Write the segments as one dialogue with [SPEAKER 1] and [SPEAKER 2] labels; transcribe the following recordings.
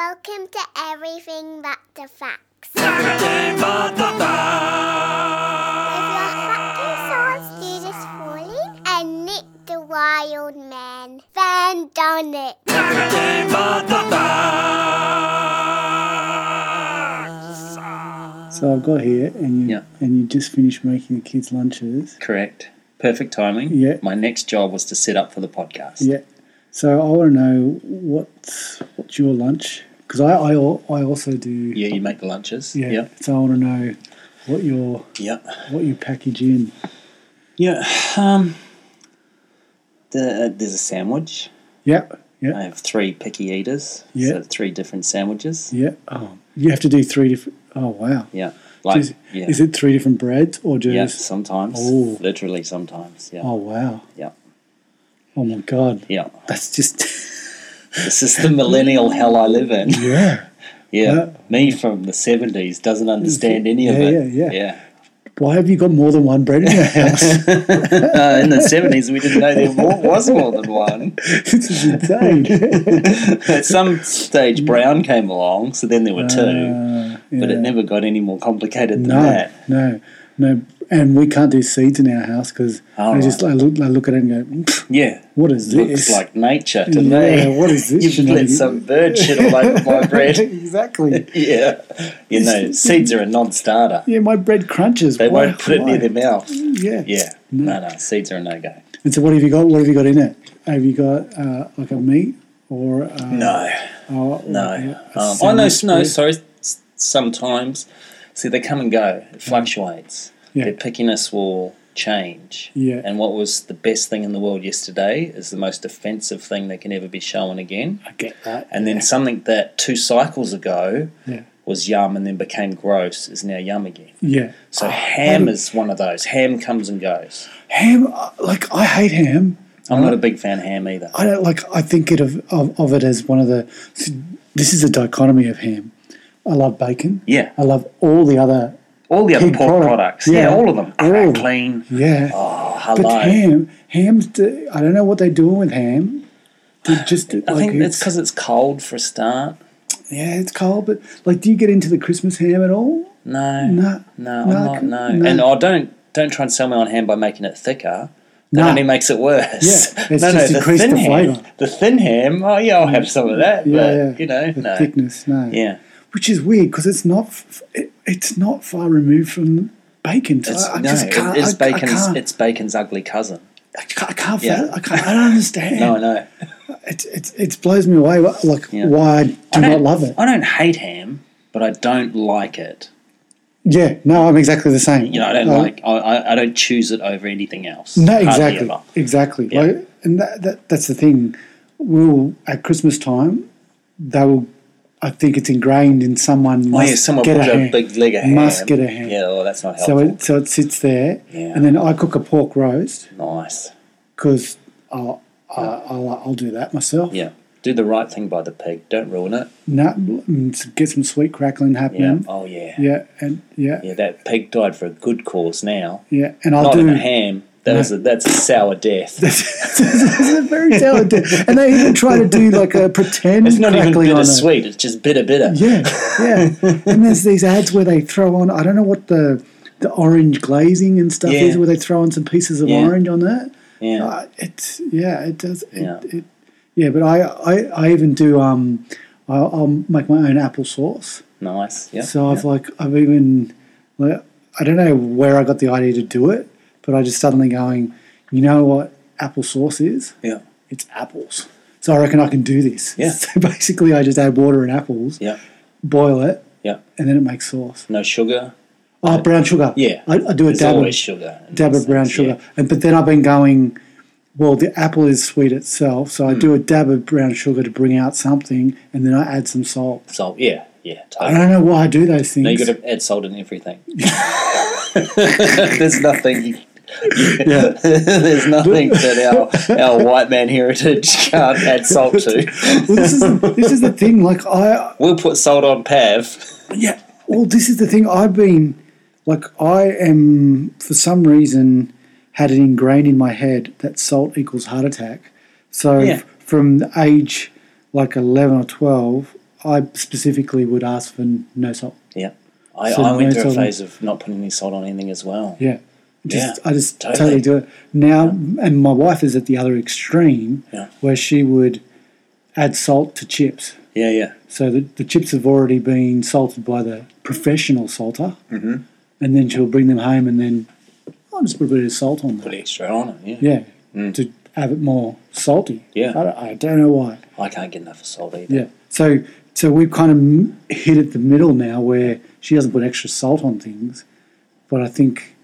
[SPEAKER 1] Welcome to Everything But the Facts.
[SPEAKER 2] Everything but the
[SPEAKER 1] If
[SPEAKER 2] facts.
[SPEAKER 1] your fucking science students falling and Nick the Wild Man, then done it.
[SPEAKER 2] Everything but the facts.
[SPEAKER 3] So I've got here, and you
[SPEAKER 4] Yeah.
[SPEAKER 3] and you just finished making the kids' lunches.
[SPEAKER 4] Correct. Perfect timing.
[SPEAKER 3] Yeah.
[SPEAKER 4] My next job was to set up for the podcast.
[SPEAKER 3] Yeah. So I want to know what's what's your lunch because I, I al- I also do
[SPEAKER 4] Yeah, you make the lunches.
[SPEAKER 3] yeah.
[SPEAKER 4] Yep.
[SPEAKER 3] So I want to know what your
[SPEAKER 4] Yep.
[SPEAKER 3] what you package in.
[SPEAKER 4] Yeah. Um, the, uh, there's a sandwich.
[SPEAKER 3] Yep. Yep.
[SPEAKER 4] I have three picky eaters.
[SPEAKER 3] Yeah.
[SPEAKER 4] So three different sandwiches.
[SPEAKER 3] Yep. Oh, you have to do three different. Oh wow.
[SPEAKER 4] Yeah. Like,
[SPEAKER 3] is,
[SPEAKER 4] yeah.
[SPEAKER 3] is it three different breads or
[SPEAKER 4] yeah,
[SPEAKER 3] just?
[SPEAKER 4] sometimes.
[SPEAKER 3] Oh.
[SPEAKER 4] Literally sometimes. Yeah.
[SPEAKER 3] Oh wow.
[SPEAKER 4] Yeah.
[SPEAKER 3] Oh my god.
[SPEAKER 4] Yeah.
[SPEAKER 3] That's just
[SPEAKER 4] This is the millennial hell I live in.
[SPEAKER 3] yeah.
[SPEAKER 4] Yeah.
[SPEAKER 3] Yeah.
[SPEAKER 4] Me from the 70s doesn't understand any of
[SPEAKER 3] Yeah,
[SPEAKER 4] it.
[SPEAKER 3] yeah, yeah.
[SPEAKER 4] yeah.
[SPEAKER 3] Why have you got more than one bread in your house?
[SPEAKER 4] Uh, in the 70s, we didn't know there wa- was more than one.
[SPEAKER 3] this is insane.
[SPEAKER 4] At some stage, Brown came along, so then there were two,
[SPEAKER 3] Uh,
[SPEAKER 4] but it
[SPEAKER 3] yeah.
[SPEAKER 4] never got any more complicated than
[SPEAKER 3] No,
[SPEAKER 4] that.
[SPEAKER 3] no, no. And we can't do seeds in our house because
[SPEAKER 4] Oh,
[SPEAKER 3] I just I look, I look at it and go, "Pfft,
[SPEAKER 4] Yeah.
[SPEAKER 3] what is
[SPEAKER 4] Looks
[SPEAKER 3] this?
[SPEAKER 4] like nature to
[SPEAKER 3] yeah,
[SPEAKER 4] me.
[SPEAKER 3] what is this?
[SPEAKER 4] You've
[SPEAKER 3] shenanigan?"
[SPEAKER 4] let some bird shit all over my bread.
[SPEAKER 3] exactly.
[SPEAKER 4] Yeah. You know, seeds are a non starter.
[SPEAKER 3] Yeah, my bread crunches.
[SPEAKER 4] They
[SPEAKER 3] Why-
[SPEAKER 4] won't put it
[SPEAKER 3] why?
[SPEAKER 4] near their mouth.
[SPEAKER 3] Yeah,
[SPEAKER 4] Yeah. No, no, seeds are a no go.
[SPEAKER 3] And so, what have you got? What have you got in it? Have you got uh, like a meat or uh, oh,
[SPEAKER 4] No.
[SPEAKER 3] or- or a-
[SPEAKER 4] No.
[SPEAKER 3] a
[SPEAKER 4] Um, I know,
[SPEAKER 3] sandwich
[SPEAKER 4] no,
[SPEAKER 3] bread?
[SPEAKER 4] sorry. s- Sometimes, see, they come and go. It fluctuates.
[SPEAKER 3] Mm. Yeah.
[SPEAKER 4] Their pickiness will change.
[SPEAKER 3] Yeah.
[SPEAKER 4] And what was the best thing in the world yesterday is the most offensive thing that can ever be shown again.
[SPEAKER 3] I get that.
[SPEAKER 4] And then something that two cycles ago
[SPEAKER 3] Yeah,
[SPEAKER 4] was yum and then became gross is now yum again.
[SPEAKER 3] yeah.
[SPEAKER 4] So ham
[SPEAKER 3] do-
[SPEAKER 4] is one of those. Ham comes and goes.
[SPEAKER 3] Ham, uh, like I hate ham.
[SPEAKER 4] I'm not a big fan of ham either.
[SPEAKER 3] I don't like. I think it of, of of it as one of the. This is a dichotomy of ham. I love bacon.
[SPEAKER 4] Yeah.
[SPEAKER 3] I love all the other.
[SPEAKER 4] All the other
[SPEAKER 3] Pig
[SPEAKER 4] pork
[SPEAKER 3] product.
[SPEAKER 4] products. Yeah.
[SPEAKER 3] Yeah.
[SPEAKER 4] all of them.
[SPEAKER 3] All of them.
[SPEAKER 4] Clean.
[SPEAKER 3] Yeah,
[SPEAKER 4] Oh,
[SPEAKER 3] but
[SPEAKER 4] hello.
[SPEAKER 3] ham, ham's. The, I don't know what they're doing with ham. They're just
[SPEAKER 4] I
[SPEAKER 3] like
[SPEAKER 4] think it's because it's cold for a start.
[SPEAKER 3] yeah, it's cold. But like, do you get into the Christmas ham at all?
[SPEAKER 4] No,
[SPEAKER 3] No.
[SPEAKER 4] no,
[SPEAKER 3] No,
[SPEAKER 4] I'm not.
[SPEAKER 3] c-
[SPEAKER 4] No.
[SPEAKER 3] no.
[SPEAKER 4] and I don't don't try and sell me on ham by making it thicker. That
[SPEAKER 3] No.
[SPEAKER 4] only makes it worse.
[SPEAKER 3] Yeah, it's just increased the
[SPEAKER 4] ham,
[SPEAKER 3] flavour.
[SPEAKER 4] the thin ham. Oh yeah, I'll have some of that.
[SPEAKER 3] Yeah,
[SPEAKER 4] but,
[SPEAKER 3] yeah.
[SPEAKER 4] you know,
[SPEAKER 3] The
[SPEAKER 4] no,
[SPEAKER 3] thickness, no.
[SPEAKER 4] yeah,
[SPEAKER 3] which is weird because it's not. f- It, it's not far removed from bacon. So
[SPEAKER 4] it's,
[SPEAKER 3] I, I
[SPEAKER 4] no,
[SPEAKER 3] just can't.
[SPEAKER 4] it's
[SPEAKER 3] I, I
[SPEAKER 4] bacon's.
[SPEAKER 3] can't-
[SPEAKER 4] it's bacon's ugly cousin.
[SPEAKER 3] I can't. I can't.
[SPEAKER 4] Yeah.
[SPEAKER 3] fathom- I can't. I don't understand.
[SPEAKER 4] No, I know.
[SPEAKER 3] It, it, it blows me away. wh- Like
[SPEAKER 4] Yeah.
[SPEAKER 3] why I do
[SPEAKER 4] I
[SPEAKER 3] not
[SPEAKER 4] don't-
[SPEAKER 3] love it.
[SPEAKER 4] I don't hate ham, but I don't like it.
[SPEAKER 3] Yeah, no, I'm exactly the same.
[SPEAKER 4] You know, I don't
[SPEAKER 3] Uh,
[SPEAKER 4] like. I, I, I don't choose it over anything else.
[SPEAKER 3] No,
[SPEAKER 4] Hardly
[SPEAKER 3] exactly,
[SPEAKER 4] ever.
[SPEAKER 3] exactly.
[SPEAKER 4] Yeah.
[SPEAKER 3] Like, and that, that that's the thing. We'll at Christmas time, they will. I think it's ingrained in someone.
[SPEAKER 4] Oh
[SPEAKER 3] Must
[SPEAKER 4] yeah, someone
[SPEAKER 3] get
[SPEAKER 4] put
[SPEAKER 3] a,
[SPEAKER 4] a
[SPEAKER 3] ham.
[SPEAKER 4] big leg of ham.
[SPEAKER 3] Must get a ham.
[SPEAKER 4] Yeah, well, that's not
[SPEAKER 3] So
[SPEAKER 4] helpful.
[SPEAKER 3] it so it sits there,
[SPEAKER 4] Yeah.
[SPEAKER 3] and then I cook a pork roast
[SPEAKER 4] nice.
[SPEAKER 3] because I'll, I'll, I'll I'll do that myself.
[SPEAKER 4] Yeah. Do the right thing by the pig. Don't ruin it.
[SPEAKER 3] No, mm, s- get some sweet crackling
[SPEAKER 4] Yeah.
[SPEAKER 3] happening.
[SPEAKER 4] Oh yeah.
[SPEAKER 3] Yeah, and yeah, yeah,
[SPEAKER 4] Yeah, That pig died for a good cause. Now,
[SPEAKER 3] and I'll
[SPEAKER 4] not
[SPEAKER 3] do
[SPEAKER 4] in a ham. That was a, that's a sour death.
[SPEAKER 3] It's a very talented, and they even try to do like a pretend.
[SPEAKER 4] it's not even
[SPEAKER 3] crackling on it.
[SPEAKER 4] bittersweet. It's just bitter, bitter.
[SPEAKER 3] Yeah, yeah. and there's these ads where they throw on. I don't know what the the orange glazing and stuff
[SPEAKER 4] Yeah.
[SPEAKER 3] is, where they throw on some pieces of
[SPEAKER 4] Yeah.
[SPEAKER 3] orange on that.
[SPEAKER 4] Yeah.
[SPEAKER 3] Uh, it's yeah, it does. It,
[SPEAKER 4] Yeah.
[SPEAKER 3] yeah. It, yeah, but I, I I even do um, I'll, I'll make my own apple sauce.
[SPEAKER 4] Nice. Yeah.
[SPEAKER 3] So I've like I've even like, I don't know where I got the idea to do it, but I just suddenly going, you know what applesauce is?
[SPEAKER 4] yeah.
[SPEAKER 3] It's apples. So I reckon I can do this.
[SPEAKER 4] Yeah.
[SPEAKER 3] So basically, I just add water and apples,
[SPEAKER 4] Yeah.
[SPEAKER 3] boil it,
[SPEAKER 4] Yeah.
[SPEAKER 3] and then it makes sauce.
[SPEAKER 4] No sugar.
[SPEAKER 3] Oh, brown sugar.
[SPEAKER 4] Yeah.
[SPEAKER 3] I, I do a
[SPEAKER 4] There's
[SPEAKER 3] dab
[SPEAKER 4] always
[SPEAKER 3] of,
[SPEAKER 4] sugar. in
[SPEAKER 3] dab
[SPEAKER 4] these
[SPEAKER 3] of brown
[SPEAKER 4] things,
[SPEAKER 3] sugar, and but then I've been going. Well, the apple is sweet itself, so I
[SPEAKER 4] Mm.
[SPEAKER 3] do a dab of brown sugar to bring out something, and then I add some salt.
[SPEAKER 4] Yeah. Salt. Yeah. Yeah.
[SPEAKER 3] I
[SPEAKER 4] Totally.
[SPEAKER 3] don't know why I do those things.
[SPEAKER 4] No, you got to add salt in everything. There's nothing. You,
[SPEAKER 3] yeah.
[SPEAKER 4] there's nothing that our our white man heritage can't add salt to.
[SPEAKER 3] well, this is this is the thing. Like I,
[SPEAKER 4] We'll put salt on Pav.
[SPEAKER 3] yeah. Well, this is the thing. I've been like I am for some reason had it ingrained in my head that salt equals heart attack. So
[SPEAKER 4] Yeah.
[SPEAKER 3] from the age like eleven or twelve, I specifically would ask for no salt.
[SPEAKER 4] Yeah. I,
[SPEAKER 3] So
[SPEAKER 4] I went
[SPEAKER 3] no
[SPEAKER 4] through a
[SPEAKER 3] salt on-
[SPEAKER 4] phase of not putting any salt on anything as well.
[SPEAKER 3] Yeah. Just
[SPEAKER 4] Yeah,
[SPEAKER 3] I just totally.
[SPEAKER 4] totally.
[SPEAKER 3] do it. Now and my wife is at the other extreme
[SPEAKER 4] Yeah.
[SPEAKER 3] where she would add salt to chips.
[SPEAKER 4] Yeah, yeah.
[SPEAKER 3] So the, the chips have already been salted by the professional salter. Mm-hmm. And then she'll bring them home and then I'll just put a bit of salt on them.
[SPEAKER 4] Put extra on it. Yeah.
[SPEAKER 3] Yeah. To have it more salty.
[SPEAKER 4] Yeah.
[SPEAKER 3] I don't, I don't know why.
[SPEAKER 4] I can't get enough of salt either.
[SPEAKER 3] Yeah. So so we've kind of m- hit at the middle now where she doesn't put extra salt on things, but I think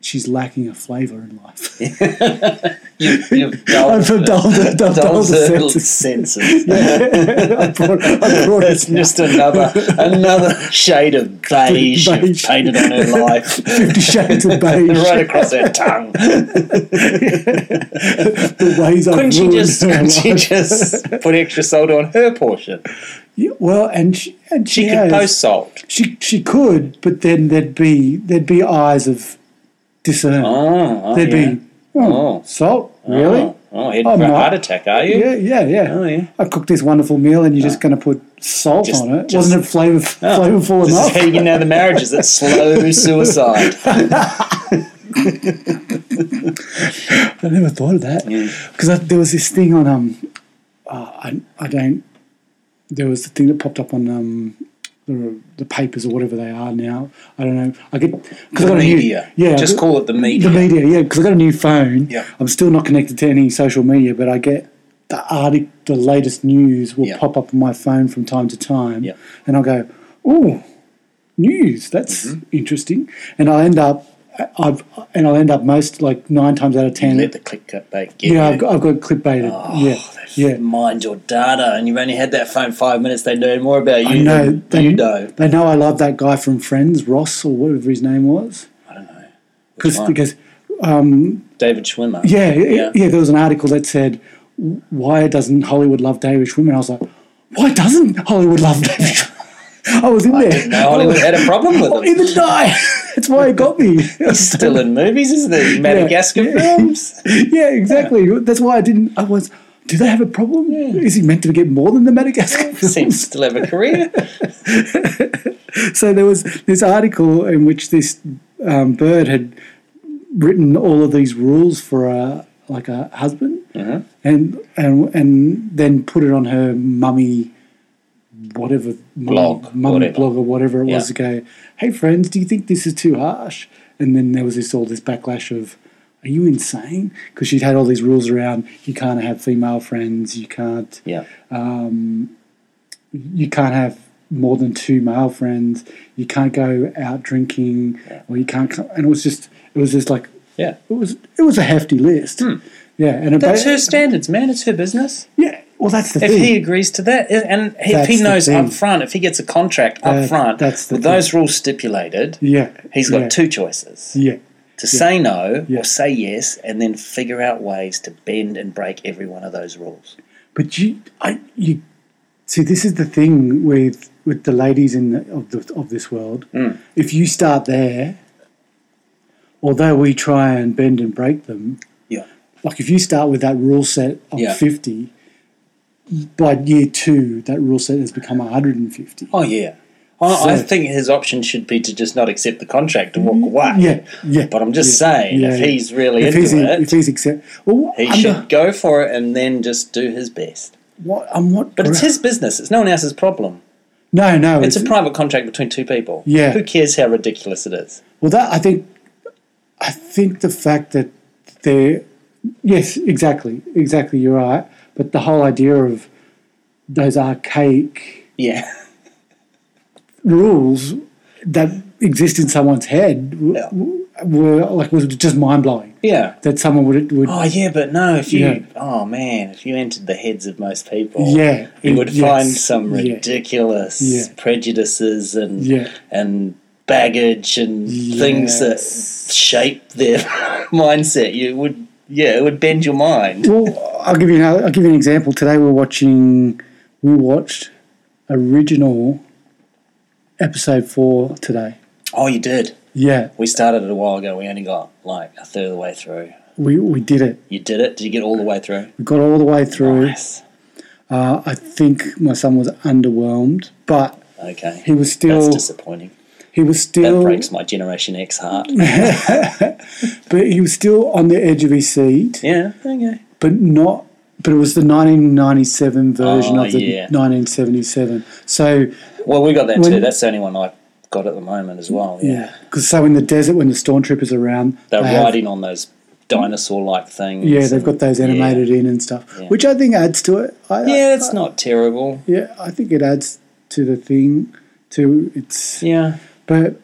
[SPEAKER 3] she's lacking a flavour in life.
[SPEAKER 4] You've
[SPEAKER 3] I've
[SPEAKER 4] dulled,
[SPEAKER 3] dulled it- dulled- dulled
[SPEAKER 4] dulled
[SPEAKER 3] the
[SPEAKER 4] the
[SPEAKER 3] senses.
[SPEAKER 4] senses.
[SPEAKER 3] I brought, I brought
[SPEAKER 4] It's
[SPEAKER 3] it now.
[SPEAKER 4] just another another shade of beige, you've
[SPEAKER 3] Beige.
[SPEAKER 4] painted on her life.
[SPEAKER 3] Fifty Shades of Beige.
[SPEAKER 4] right across her tongue.
[SPEAKER 3] The ways I've
[SPEAKER 4] Couldn't she
[SPEAKER 3] ruined
[SPEAKER 4] just
[SPEAKER 3] her
[SPEAKER 4] couldn't she
[SPEAKER 3] life.
[SPEAKER 4] just put extra salt on her portion?
[SPEAKER 3] Yeah, well, and she, and
[SPEAKER 4] She
[SPEAKER 3] she, has,
[SPEAKER 4] could post salt.
[SPEAKER 3] She she could, but then there'd be there'd be eyes of discernment.
[SPEAKER 4] Oh, oh
[SPEAKER 3] there'd
[SPEAKER 4] yeah.
[SPEAKER 3] be oh,
[SPEAKER 4] Oh.
[SPEAKER 3] salt really.
[SPEAKER 4] Oh, oh heading
[SPEAKER 3] Oh,
[SPEAKER 4] for a
[SPEAKER 3] my-
[SPEAKER 4] heart attack, are you?
[SPEAKER 3] Yeah, yeah, yeah.
[SPEAKER 4] Oh, yeah. Uh,
[SPEAKER 3] I cooked this wonderful meal, and you're just going to put salt
[SPEAKER 4] Just-
[SPEAKER 3] on it.
[SPEAKER 4] just-
[SPEAKER 3] Wasn't it flavor,
[SPEAKER 4] Oh,
[SPEAKER 3] flavorful
[SPEAKER 4] this
[SPEAKER 3] enough?
[SPEAKER 4] is how you get out of marriages. It's slow suicide.
[SPEAKER 3] I never thought of that because there was this thing on um, uh, I I don't. There was the thing that popped up on um, the, the papers or whatever they are now. I don't know. I get because I
[SPEAKER 4] The
[SPEAKER 3] got a new-
[SPEAKER 4] media.
[SPEAKER 3] yeah, I
[SPEAKER 4] Just
[SPEAKER 3] got-
[SPEAKER 4] call it the media.
[SPEAKER 3] the media. Yeah, because I got a new phone.
[SPEAKER 4] Yeah.
[SPEAKER 3] I'm still not connected to any social media, but I get the artic, the latest news will
[SPEAKER 4] Yeah.
[SPEAKER 3] pop up on my phone from time to time,
[SPEAKER 4] Yeah.
[SPEAKER 3] and I'll go, oh, news. That's
[SPEAKER 4] Mm-hmm.
[SPEAKER 3] interesting, and I end up. I've and I'll end up most like nine times out of ten.
[SPEAKER 4] Let the click cut back. Get
[SPEAKER 3] Yeah,
[SPEAKER 4] you.
[SPEAKER 3] I've got, I've got clickbaited.
[SPEAKER 4] Oh,
[SPEAKER 3] yeah, yeah.
[SPEAKER 4] Mind your data, and you've only had that phone five minutes. They know more about you
[SPEAKER 3] I know.
[SPEAKER 4] than
[SPEAKER 3] They,
[SPEAKER 4] you know.
[SPEAKER 3] they know I love that guy from Friends, Ross or whatever his name was.
[SPEAKER 4] I don't know.
[SPEAKER 3] Cause,
[SPEAKER 4] one?
[SPEAKER 3] because
[SPEAKER 4] David Schwimmer.
[SPEAKER 3] yeah, yeah,
[SPEAKER 4] Yeah.
[SPEAKER 3] yeah, there was an article that said why doesn't Hollywood love David Schwimmer? I was like, why doesn't Hollywood love David? Schwimmer? I was in there.
[SPEAKER 4] No, Hollywood had a problem with
[SPEAKER 3] Oh,
[SPEAKER 4] them.
[SPEAKER 3] Even I. That's why it got me.
[SPEAKER 4] Still in movies, isn't it? Madagascar
[SPEAKER 3] Yeah.
[SPEAKER 4] films.
[SPEAKER 3] yeah, exactly. That's why I didn't. I was. Do they have a problem? Is he meant to get more than the Madagascar?
[SPEAKER 4] Seems to still have a career.
[SPEAKER 3] so there was this article in which this um, bird had written all of these rules for a like a husband,
[SPEAKER 4] Uh-huh.
[SPEAKER 3] and and and then put it on her mummy, whatever mummy-
[SPEAKER 4] Blog,
[SPEAKER 3] mummy
[SPEAKER 4] whatever.
[SPEAKER 3] blog or whatever it was to
[SPEAKER 4] Yeah.
[SPEAKER 3] go. Hey friends, do you think this is too harsh? And then there was this all this backlash of. Are you insane? Because she'd had all these rules around you can't have female friends, you can't
[SPEAKER 4] Yeah.
[SPEAKER 3] you can't have more than two male friends. You can't go out drinking, or you can't. co- And it was just, it was just like,
[SPEAKER 4] Yeah.
[SPEAKER 3] it was, it was a hefty list. Yeah, and it
[SPEAKER 4] Hmm. That's
[SPEAKER 3] ba-
[SPEAKER 4] her standards, man. It's her business.
[SPEAKER 3] Yeah, well, that's the
[SPEAKER 4] If
[SPEAKER 3] thing.
[SPEAKER 4] he agrees to that, and if
[SPEAKER 3] That's
[SPEAKER 4] he
[SPEAKER 3] the
[SPEAKER 4] knows
[SPEAKER 3] thing.
[SPEAKER 4] up front, if he gets a contract
[SPEAKER 3] That-
[SPEAKER 4] up front
[SPEAKER 3] that's the
[SPEAKER 4] with those rules stipulated,
[SPEAKER 3] yeah,
[SPEAKER 4] he's got
[SPEAKER 3] yeah,
[SPEAKER 4] two choices.
[SPEAKER 3] Yeah,
[SPEAKER 4] to say no
[SPEAKER 3] Yeah.
[SPEAKER 4] or say yes and then figure out ways to bend and break every one of those rules.
[SPEAKER 3] but you, I, you see, this is the thing with with the ladies in the, of the, of this world.
[SPEAKER 4] Hmm.
[SPEAKER 3] If you start there, although we try and bend and break them,
[SPEAKER 4] Yeah.
[SPEAKER 3] like if you start with that rule set of
[SPEAKER 4] Yeah.
[SPEAKER 3] 50 by year two that rule set has become 150
[SPEAKER 4] Oh yeah. I, I
[SPEAKER 3] So- Mm,
[SPEAKER 4] think his option should be to just not accept the contract and walk away.
[SPEAKER 3] yeah yeah
[SPEAKER 4] But I'm just saying, if he's really
[SPEAKER 3] if
[SPEAKER 4] into
[SPEAKER 3] he's,
[SPEAKER 4] it,
[SPEAKER 3] if he's accept well,
[SPEAKER 4] he
[SPEAKER 3] under,
[SPEAKER 4] should go for it and then just do his best.
[SPEAKER 3] what, I'm what
[SPEAKER 4] But it's his business. It's no one else's problem.
[SPEAKER 3] no no
[SPEAKER 4] It's a private contract between two people.
[SPEAKER 3] Yeah.
[SPEAKER 4] Who cares how ridiculous it is?
[SPEAKER 3] well that i think i think the fact that they're yes exactly exactly you're right but the whole idea of those archaic
[SPEAKER 4] Yeah.
[SPEAKER 3] rules that exist in someone's head w-
[SPEAKER 4] Yeah.
[SPEAKER 3] w- were like was just mind blowing.
[SPEAKER 4] Yeah.
[SPEAKER 3] That someone would would
[SPEAKER 4] Oh yeah, but no, if you
[SPEAKER 3] Yeah.
[SPEAKER 4] oh man, if you entered the heads of most people,
[SPEAKER 3] Yeah,
[SPEAKER 4] you would
[SPEAKER 3] yes,
[SPEAKER 4] find some
[SPEAKER 3] yeah.
[SPEAKER 4] ridiculous
[SPEAKER 3] Yeah.
[SPEAKER 4] prejudices and
[SPEAKER 3] Yeah.
[SPEAKER 4] and baggage and things that
[SPEAKER 3] Yes.
[SPEAKER 4] shape their mindset. You would yeah, it would bend your mind.
[SPEAKER 3] well, I'll give you another, I'll give you an example. Today we're watching we watched original episode four today.
[SPEAKER 4] Oh, you did.
[SPEAKER 3] Yeah,
[SPEAKER 4] We started it a while ago. We only got like a third of the way through.
[SPEAKER 3] we we did it.
[SPEAKER 4] You did it. Did you get all the way through?
[SPEAKER 3] We got all the way through.
[SPEAKER 4] Nice.
[SPEAKER 3] Uh, I think my son was underwhelmed, but
[SPEAKER 4] Okay.
[SPEAKER 3] he was
[SPEAKER 4] That's
[SPEAKER 3] still
[SPEAKER 4] disappointing.
[SPEAKER 3] he was
[SPEAKER 4] That
[SPEAKER 3] still
[SPEAKER 4] breaks my Generation X heart.
[SPEAKER 3] but he was still on the edge of his seat,
[SPEAKER 4] yeah. Okay.
[SPEAKER 3] but not. But it was the 1997 version
[SPEAKER 4] Oh,
[SPEAKER 3] of the
[SPEAKER 4] yeah.
[SPEAKER 3] 1977. So
[SPEAKER 4] Well, we got that
[SPEAKER 3] When-
[SPEAKER 4] too. That's the only one I got at the moment as well. Yeah.
[SPEAKER 3] yeah, 'Cause so in the desert when the stormtroopers are around,
[SPEAKER 4] They're
[SPEAKER 3] they have-
[SPEAKER 4] riding on those dinosaur-like things.
[SPEAKER 3] Yeah, they've
[SPEAKER 4] and-
[SPEAKER 3] got those animated in and stuff,
[SPEAKER 4] Yeah.
[SPEAKER 3] which I think adds to it. I,
[SPEAKER 4] Yeah,
[SPEAKER 3] I-
[SPEAKER 4] yeah it's not terrible.
[SPEAKER 3] Yeah, I think it adds to the thing. To it's
[SPEAKER 4] Yeah.
[SPEAKER 3] but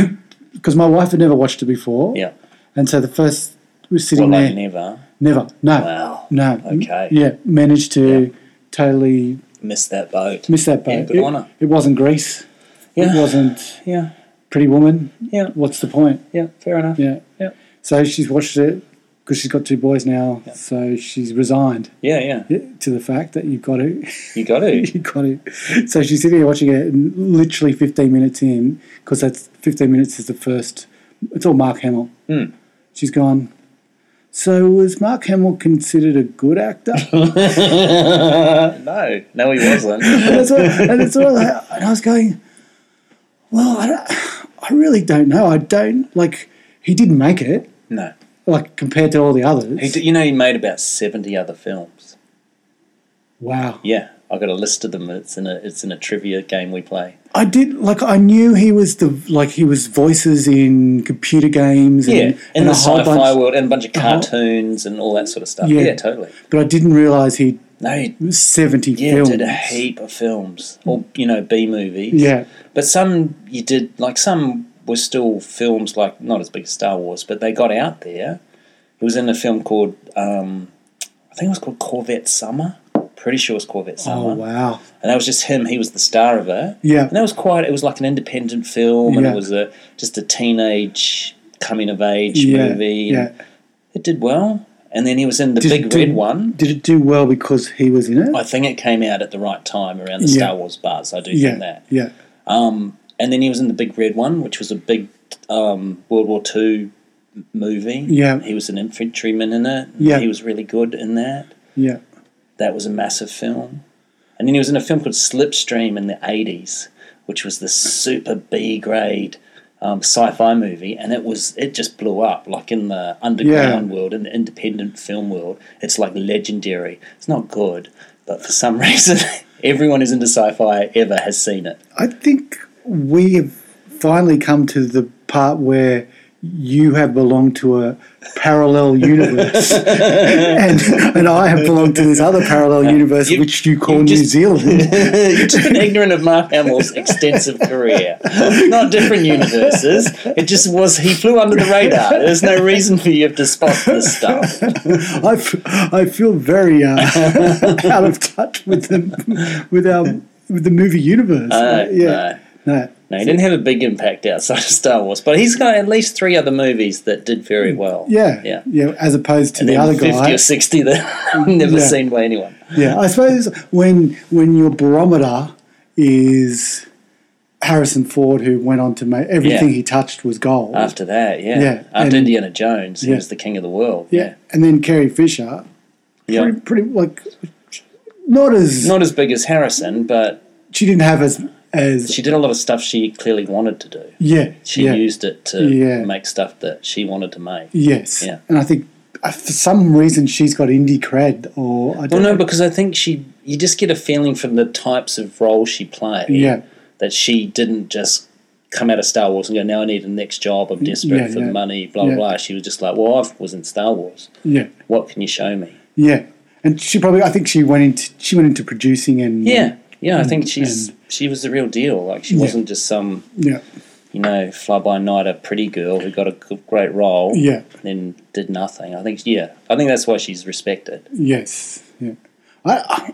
[SPEAKER 3] because my wife had never watched it before.
[SPEAKER 4] Yeah.
[SPEAKER 3] and so the first we we're sitting
[SPEAKER 4] Well,
[SPEAKER 3] there.
[SPEAKER 4] like never.
[SPEAKER 3] never, no,
[SPEAKER 4] Wow.
[SPEAKER 3] no.
[SPEAKER 4] Okay.
[SPEAKER 3] Yeah, managed to totally
[SPEAKER 4] Missed that boat.
[SPEAKER 3] miss that boat.
[SPEAKER 4] Yeah, good
[SPEAKER 3] it,
[SPEAKER 4] on her.
[SPEAKER 3] it wasn't Greece.
[SPEAKER 4] Yeah.
[SPEAKER 3] It wasn't
[SPEAKER 4] Yeah.
[SPEAKER 3] Pretty Woman.
[SPEAKER 4] Yeah.
[SPEAKER 3] What's the point?
[SPEAKER 4] Yeah. Fair enough.
[SPEAKER 3] Yeah.
[SPEAKER 4] Yeah.
[SPEAKER 3] So she's watched it because she's got two boys now. So she's resigned
[SPEAKER 4] Yeah. Yeah.
[SPEAKER 3] to the fact that you've got to
[SPEAKER 4] You got to.
[SPEAKER 3] you got it. So she's sitting here watching it, and literally 15 minutes in, because that's 15 minutes is the first. It's all Mark Hamill.
[SPEAKER 4] Hmm.
[SPEAKER 3] She's gone. So was Mark Hamill considered a good actor? and
[SPEAKER 4] No. No, he wasn't.
[SPEAKER 3] that's what, and that's what I, and I was going. Well, I, don't, I really don't know. I don't like. He didn't make it.
[SPEAKER 4] no.
[SPEAKER 3] Like compared to all the others.
[SPEAKER 4] He, d- you know, he made about seventy other films.
[SPEAKER 3] Wow.
[SPEAKER 4] Yeah. I got a list of them. It's in a it's in a trivia game we play.
[SPEAKER 3] I did like. I knew he was the like he was voices in computer games. And,
[SPEAKER 4] Yeah, in
[SPEAKER 3] and
[SPEAKER 4] the
[SPEAKER 3] a whole
[SPEAKER 4] sci-fi
[SPEAKER 3] bunch,
[SPEAKER 4] world and a bunch of
[SPEAKER 3] whole-
[SPEAKER 4] cartoons and all that sort of stuff.
[SPEAKER 3] Yeah.
[SPEAKER 4] Yeah, totally.
[SPEAKER 3] but I didn't realize he
[SPEAKER 4] No, he
[SPEAKER 3] 70
[SPEAKER 4] yeah,
[SPEAKER 3] films.
[SPEAKER 4] did a heap of films or you know B movies.
[SPEAKER 3] Yeah.
[SPEAKER 4] but some you did like some were still films like not as big as Star Wars, but they got out there. He was in a film called um, I think it was called Corvette Summer. Pretty sure it was Corvette Summer.
[SPEAKER 3] Oh, wow.
[SPEAKER 4] and that was just him. He was the star of it.
[SPEAKER 3] Yeah.
[SPEAKER 4] and that was quite. It was like an independent film, and
[SPEAKER 3] Yeah.
[SPEAKER 4] it was a just a teenage coming of age
[SPEAKER 3] Yeah.
[SPEAKER 4] movie.
[SPEAKER 3] yeah.
[SPEAKER 4] It did well. And then he was in the
[SPEAKER 3] Did-
[SPEAKER 4] big
[SPEAKER 3] did-
[SPEAKER 4] red one.
[SPEAKER 3] Did it do well because he was in it?
[SPEAKER 4] I think it came out at the right time around the
[SPEAKER 3] Yeah.
[SPEAKER 4] Star Wars bars. I do
[SPEAKER 3] yeah.
[SPEAKER 4] think that.
[SPEAKER 3] Yeah.
[SPEAKER 4] And then he was in the big red one, which was a big um, World War Two m- movie.
[SPEAKER 3] Yeah.
[SPEAKER 4] he was an infantryman in it.
[SPEAKER 3] Yeah.
[SPEAKER 4] he was really good in that.
[SPEAKER 3] Yeah.
[SPEAKER 4] That was a massive film. And then he was in a film called Slipstream in the eighties, which was the super B grade um, sci-fi movie, and it was it just blew up like in the underground world, in the independent film world. It's like legendary. It's not good, but for some reason, everyone who's into sci-fi ever has seen it.
[SPEAKER 3] I think we have finally come to the part where you have belonged to a parallel universe and, and I have belonged to this other parallel universe
[SPEAKER 4] Uh, You-
[SPEAKER 3] which you call
[SPEAKER 4] you
[SPEAKER 3] New
[SPEAKER 4] just-
[SPEAKER 3] Zealand.
[SPEAKER 4] You've just been ignorant of Mark Hamill's extensive career. Not different universes. It just was he flew under the radar. There's no reason for you to spot this stuff.
[SPEAKER 3] I, f- I feel very uh, out of touch with the, with our, with the movie universe.
[SPEAKER 4] No,
[SPEAKER 3] yeah. no.
[SPEAKER 4] No, he didn't have a big impact outside of Star Wars, but he's got at least three other movies that did very well.
[SPEAKER 3] Yeah,
[SPEAKER 4] yeah.
[SPEAKER 3] yeah. As opposed to
[SPEAKER 4] And
[SPEAKER 3] the
[SPEAKER 4] then
[SPEAKER 3] other
[SPEAKER 4] 50
[SPEAKER 3] guy.
[SPEAKER 4] or 60 that I've never
[SPEAKER 3] Yeah.
[SPEAKER 4] seen by anyone.
[SPEAKER 3] Yeah, I suppose when when your barometer is Harrison Ford, who went on to make everything
[SPEAKER 4] Yeah. Ah,
[SPEAKER 3] he touched was gold.
[SPEAKER 4] After that, yeah.
[SPEAKER 3] Yeah, and-
[SPEAKER 4] After Indiana Jones, he
[SPEAKER 3] Yeah.
[SPEAKER 4] was the king of the world.
[SPEAKER 3] yeah. and then Carrie Fisher,
[SPEAKER 4] Yeah.
[SPEAKER 3] pretty, pretty like not as
[SPEAKER 4] Not as big as Harrison, but
[SPEAKER 3] she didn't have as as
[SPEAKER 4] she did a lot of stuff she clearly wanted to do.
[SPEAKER 3] yeah
[SPEAKER 4] She
[SPEAKER 3] yeah,
[SPEAKER 4] used it to
[SPEAKER 3] Yeah.
[SPEAKER 4] make stuff that she wanted to make.
[SPEAKER 3] yes
[SPEAKER 4] Yeah.
[SPEAKER 3] and I think uh, for some reason she's got indie cred or I
[SPEAKER 4] Well,
[SPEAKER 3] don't
[SPEAKER 4] Oh, no, because I think she, you just get a feeling from the types of roles she played
[SPEAKER 3] Yeah.
[SPEAKER 4] that she didn't just come out of Star Wars and go, now I need a next job, I'm desperate
[SPEAKER 3] Mm, Yeah,
[SPEAKER 4] for
[SPEAKER 3] yeah.
[SPEAKER 4] money, blah, blah,
[SPEAKER 3] Yeah.
[SPEAKER 4] blah. She was just like, well, I was in Star Wars.
[SPEAKER 3] yeah
[SPEAKER 4] What can you show me?
[SPEAKER 3] yeah and she probably I think she went into she went into producing and
[SPEAKER 4] Yeah, yeah, I
[SPEAKER 3] Mm,
[SPEAKER 4] think she's she was the real deal. Like, she wasn't just some,
[SPEAKER 3] yeah
[SPEAKER 4] you know, fly by night, a pretty girl who got a g- great role
[SPEAKER 3] Yeah.
[SPEAKER 4] and then did nothing. I think, yeah, I think that's why she's respected.
[SPEAKER 3] Yes. Yeah. I,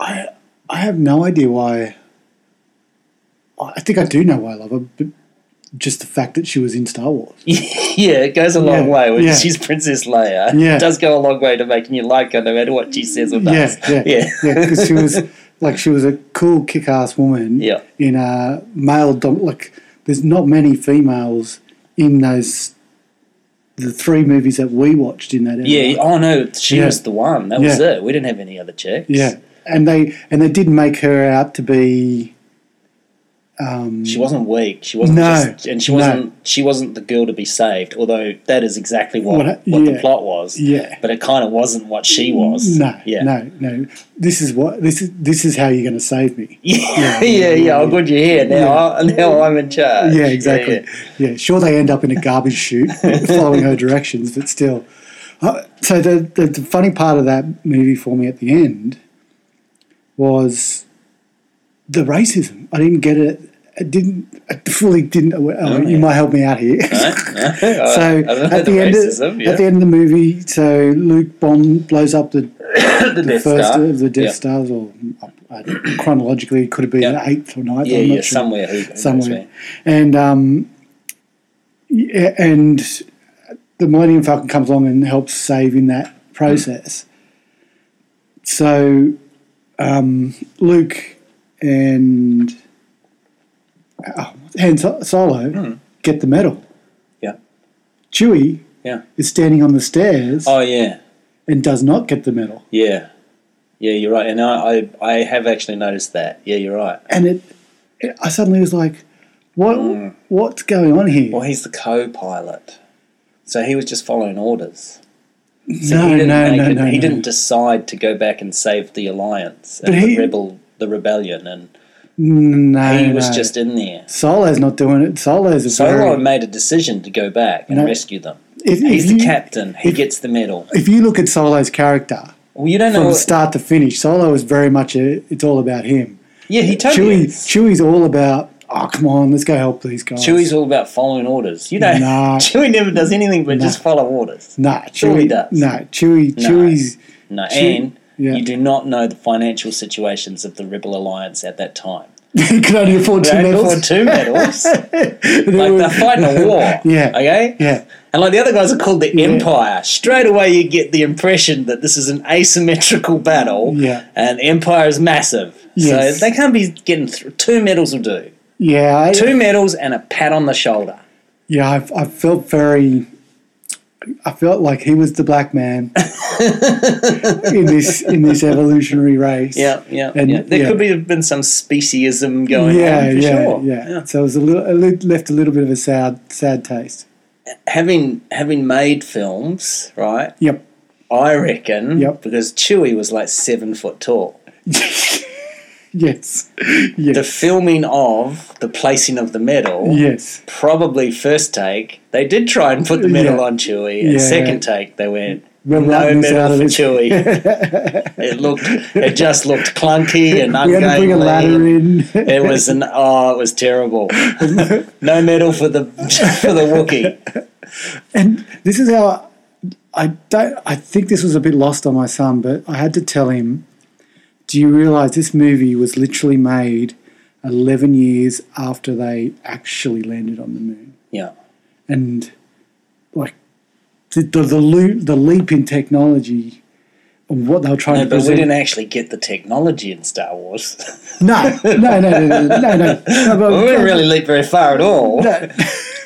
[SPEAKER 3] I, I have no idea why. I think I do know why I love her, but just the fact that she was in Star Wars.
[SPEAKER 4] yeah, it goes a long
[SPEAKER 3] Yeah,
[SPEAKER 4] way when
[SPEAKER 3] yeah.
[SPEAKER 4] she's Princess Leia.
[SPEAKER 3] Yeah.
[SPEAKER 4] It does go a long way to making you like her no matter what she says or
[SPEAKER 3] Yeah,
[SPEAKER 4] does.
[SPEAKER 3] yeah,
[SPEAKER 4] yeah.
[SPEAKER 3] Because she was like she was a cool kick-ass woman.
[SPEAKER 4] Yeah.
[SPEAKER 3] In a male dom- like, there's not many females in those. The three movies that we watched in that era.
[SPEAKER 4] Yeah, Oh no, she
[SPEAKER 3] Yeah.
[SPEAKER 4] was the one. That was
[SPEAKER 3] Yeah.
[SPEAKER 4] it. We didn't have any other chicks.
[SPEAKER 3] Yeah. and they and they did make her out to be
[SPEAKER 4] She wasn't weak. She wasn't
[SPEAKER 3] No,
[SPEAKER 4] just, and she
[SPEAKER 3] no.
[SPEAKER 4] wasn't she wasn't the girl to be saved. Although that is exactly what
[SPEAKER 3] What-
[SPEAKER 4] what,
[SPEAKER 3] yeah.
[SPEAKER 4] the plot was.
[SPEAKER 3] Yeah.
[SPEAKER 4] but it kind of wasn't what she was.
[SPEAKER 3] no,
[SPEAKER 4] yeah,
[SPEAKER 3] no, no. This is what this is. This is how you're going to save me.
[SPEAKER 4] yeah, yeah, yeah. I'm good. You're here now. I, now I'm in charge.
[SPEAKER 3] Yeah, exactly. Yeah,
[SPEAKER 4] yeah.
[SPEAKER 3] sure they end up in a garbage chute following her directions, but still. Uh, so the, the the funny part of that movie for me at the end was the racism. I didn't get it. I didn't I fully didn't. Oh, you might help me out here. so
[SPEAKER 4] Uh, I don't know
[SPEAKER 3] at the,
[SPEAKER 4] the
[SPEAKER 3] end
[SPEAKER 4] racism,
[SPEAKER 3] of,
[SPEAKER 4] yeah.
[SPEAKER 3] at the end of the movie, so Luke Bond blows up the
[SPEAKER 4] the,
[SPEAKER 3] the
[SPEAKER 4] Death
[SPEAKER 3] first
[SPEAKER 4] Star.
[SPEAKER 3] of the Death
[SPEAKER 4] yeah.
[SPEAKER 3] Stars, or uh, chronologically it could have been
[SPEAKER 4] Yeah.
[SPEAKER 3] the eighth or ninth.
[SPEAKER 4] Yeah,
[SPEAKER 3] I'm not
[SPEAKER 4] yeah,
[SPEAKER 3] sure.
[SPEAKER 4] somewhere. Who, who knows
[SPEAKER 3] somewhere,
[SPEAKER 4] where.
[SPEAKER 3] and um, yeah, and the Millennium Falcon comes along and helps save in that process. So um, Luke and oh, Han So- Solo
[SPEAKER 4] Hmm.
[SPEAKER 3] get the medal.
[SPEAKER 4] Yeah,
[SPEAKER 3] Chewie
[SPEAKER 4] yeah.
[SPEAKER 3] is standing on the stairs
[SPEAKER 4] Oh yeah,
[SPEAKER 3] and does not get the medal.
[SPEAKER 4] yeah, yeah. You're right. And I, I, I have actually noticed that. Yeah, you're right.
[SPEAKER 3] and it, it I suddenly was like, what what's going on here?
[SPEAKER 4] Hmm. Well, he's the co-pilot, so he was just following orders. So
[SPEAKER 3] no,
[SPEAKER 4] he
[SPEAKER 3] no,
[SPEAKER 4] didn't
[SPEAKER 3] no,
[SPEAKER 4] make
[SPEAKER 3] no,
[SPEAKER 4] it-
[SPEAKER 3] no,
[SPEAKER 4] He didn't decide to go back and save the alliance and
[SPEAKER 3] But he-
[SPEAKER 4] the rebel, the rebellion, and
[SPEAKER 3] No,
[SPEAKER 4] he was
[SPEAKER 3] no.
[SPEAKER 4] just in there.
[SPEAKER 3] Solo's not doing it. Solo's a
[SPEAKER 4] Solo
[SPEAKER 3] very.
[SPEAKER 4] made a decision to go back and
[SPEAKER 3] No.
[SPEAKER 4] rescue them.
[SPEAKER 3] If, if
[SPEAKER 4] He's
[SPEAKER 3] you,
[SPEAKER 4] the captain. He
[SPEAKER 3] if-
[SPEAKER 4] gets the medal.
[SPEAKER 3] If you look at Solo's character
[SPEAKER 4] Well, you don't know.
[SPEAKER 3] from
[SPEAKER 4] What,
[SPEAKER 3] start to finish, Solo is very much a, it's all about him.
[SPEAKER 4] yeah, he totally.
[SPEAKER 3] Chewie,
[SPEAKER 4] is.
[SPEAKER 3] Chewie's all about. Oh come on, let's go help these guys.
[SPEAKER 4] Chewie's all about following orders. You know,
[SPEAKER 3] No.
[SPEAKER 4] Chewie never does anything but just follow orders.
[SPEAKER 3] nah,
[SPEAKER 4] Sure he
[SPEAKER 3] Chewie.
[SPEAKER 4] does.
[SPEAKER 3] Nah, Chewie.
[SPEAKER 4] No.
[SPEAKER 3] Chewie's.
[SPEAKER 4] No,
[SPEAKER 3] Chewie-
[SPEAKER 4] and
[SPEAKER 3] yeah.
[SPEAKER 4] you do not know the financial situations of the rebel alliance at that time.
[SPEAKER 3] he could only afford
[SPEAKER 4] They
[SPEAKER 3] two
[SPEAKER 4] only afford
[SPEAKER 3] medals.
[SPEAKER 4] two medals.
[SPEAKER 3] They
[SPEAKER 4] like
[SPEAKER 3] were-
[SPEAKER 4] they're fighting a war.
[SPEAKER 3] Yeah.
[SPEAKER 4] Okay.
[SPEAKER 3] Yeah.
[SPEAKER 4] And like the other guys are called the Empire. Straight away, you get the impression that this is an asymmetrical battle.
[SPEAKER 3] Yeah.
[SPEAKER 4] And Empire is massive.
[SPEAKER 3] Yes.
[SPEAKER 4] So they can't be getting th- two medals will do.
[SPEAKER 3] Yeah. I-
[SPEAKER 4] Two medals and a pat on the shoulder.
[SPEAKER 3] Yeah, I, I felt very. I felt like he was the black man in this in this evolutionary race.
[SPEAKER 4] Yeah, yeah,
[SPEAKER 3] And-
[SPEAKER 4] yeah. There
[SPEAKER 3] yeah.
[SPEAKER 4] could be have been some speciesism going
[SPEAKER 3] yeah,
[SPEAKER 4] on for
[SPEAKER 3] yeah,
[SPEAKER 4] sure.
[SPEAKER 3] yeah, So it was a little, it le- left a little bit of a sad, sad taste.
[SPEAKER 4] Having having made films, right?
[SPEAKER 3] Yep.
[SPEAKER 4] I reckon.
[SPEAKER 3] Yep.
[SPEAKER 4] Because Chewie was like seven foot tall.
[SPEAKER 3] Yes.
[SPEAKER 4] The
[SPEAKER 3] Yes.
[SPEAKER 4] filming of the placing of the medal.
[SPEAKER 3] yes.
[SPEAKER 4] probably first take they did try and put the medal
[SPEAKER 3] Yeah.
[SPEAKER 4] on Chewie, and
[SPEAKER 3] Yeah.
[SPEAKER 4] second take they went
[SPEAKER 3] We're
[SPEAKER 4] no
[SPEAKER 3] writing this out
[SPEAKER 4] medal
[SPEAKER 3] of
[SPEAKER 4] for
[SPEAKER 3] this."
[SPEAKER 4] Chewie. it looked, it just looked clunky and
[SPEAKER 3] We had to bring a ladder
[SPEAKER 4] ungainly.
[SPEAKER 3] in.
[SPEAKER 4] It was an oh, it was terrible. no medal for the for the Wookiee.
[SPEAKER 3] and this is how I don't. I think this was a bit lost on my son, but I had to tell him. Do you realise this movie was literally made eleven years after they actually landed on the moon,
[SPEAKER 4] Yeah,
[SPEAKER 3] and like the the the, lo- the leap in technology and what they were trying
[SPEAKER 4] no,
[SPEAKER 3] to
[SPEAKER 4] but we
[SPEAKER 3] present.
[SPEAKER 4] didn't actually get the technology in Star Wars.
[SPEAKER 3] No, no, no, no, no, no, no. no but-
[SPEAKER 4] we didn't really leap very far at all.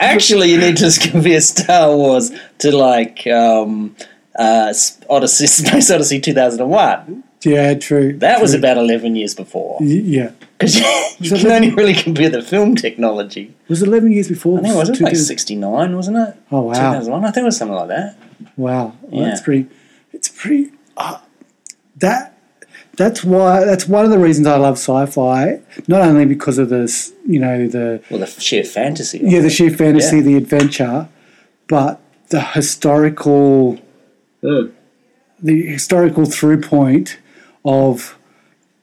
[SPEAKER 4] Actually, you need to compare Star Wars to like um, uh, Odyssey, Space Odyssey two thousand and one.
[SPEAKER 3] yeah, true.
[SPEAKER 4] That was about 11 years before.
[SPEAKER 3] Y- yeah.
[SPEAKER 4] Because you,
[SPEAKER 3] So
[SPEAKER 4] can
[SPEAKER 3] that-
[SPEAKER 4] only really compare the film technology.
[SPEAKER 3] It was eleven years before.
[SPEAKER 4] I think it was it was like
[SPEAKER 3] 2000.
[SPEAKER 4] 69, wasn't it?
[SPEAKER 3] Oh, wow.
[SPEAKER 4] 2001, I think it was something like that.
[SPEAKER 3] Wow, well, that's
[SPEAKER 4] Yeah.
[SPEAKER 3] pretty. It's pretty. Uh, that that's why that's one of the reasons I love sci-fi. Not only because of the s- you know the
[SPEAKER 4] Well, the sheer fantasy. of
[SPEAKER 3] yeah the
[SPEAKER 4] it.
[SPEAKER 3] sheer fantasy,
[SPEAKER 4] Yeah.
[SPEAKER 3] the adventure, but the historical
[SPEAKER 4] Mm.
[SPEAKER 3] the historical through point of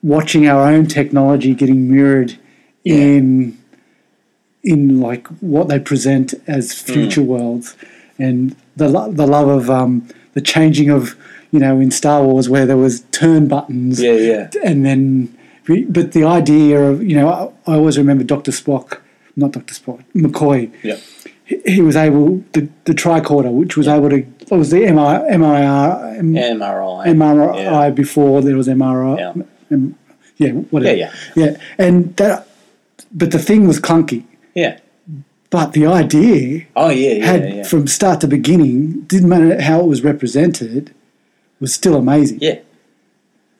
[SPEAKER 3] watching our own technology getting mirrored in in like what they present as future
[SPEAKER 4] Mm.
[SPEAKER 3] worlds and the lo- the love of um, the changing of you know in Star Wars where there was turn buttons
[SPEAKER 4] Yeah, yeah.
[SPEAKER 3] and then but the idea of you know I, I always remember Doctor Spock not Doctor Spock McCoy
[SPEAKER 4] Yeah.
[SPEAKER 3] he- he was able the, the tricorder which was able to it was the MI, MIR M-
[SPEAKER 4] MRI.
[SPEAKER 3] MRI
[SPEAKER 4] Yeah.
[SPEAKER 3] before there was MRI.
[SPEAKER 4] Yeah.
[SPEAKER 3] M- yeah, whatever.
[SPEAKER 4] Yeah,
[SPEAKER 3] yeah. And that, but the thing was clunky.
[SPEAKER 4] yeah.
[SPEAKER 3] But the idea
[SPEAKER 4] Oh, yeah, yeah,
[SPEAKER 3] had
[SPEAKER 4] yeah.
[SPEAKER 3] from start to beginning, didn't matter how it was represented, was still amazing.
[SPEAKER 4] yeah.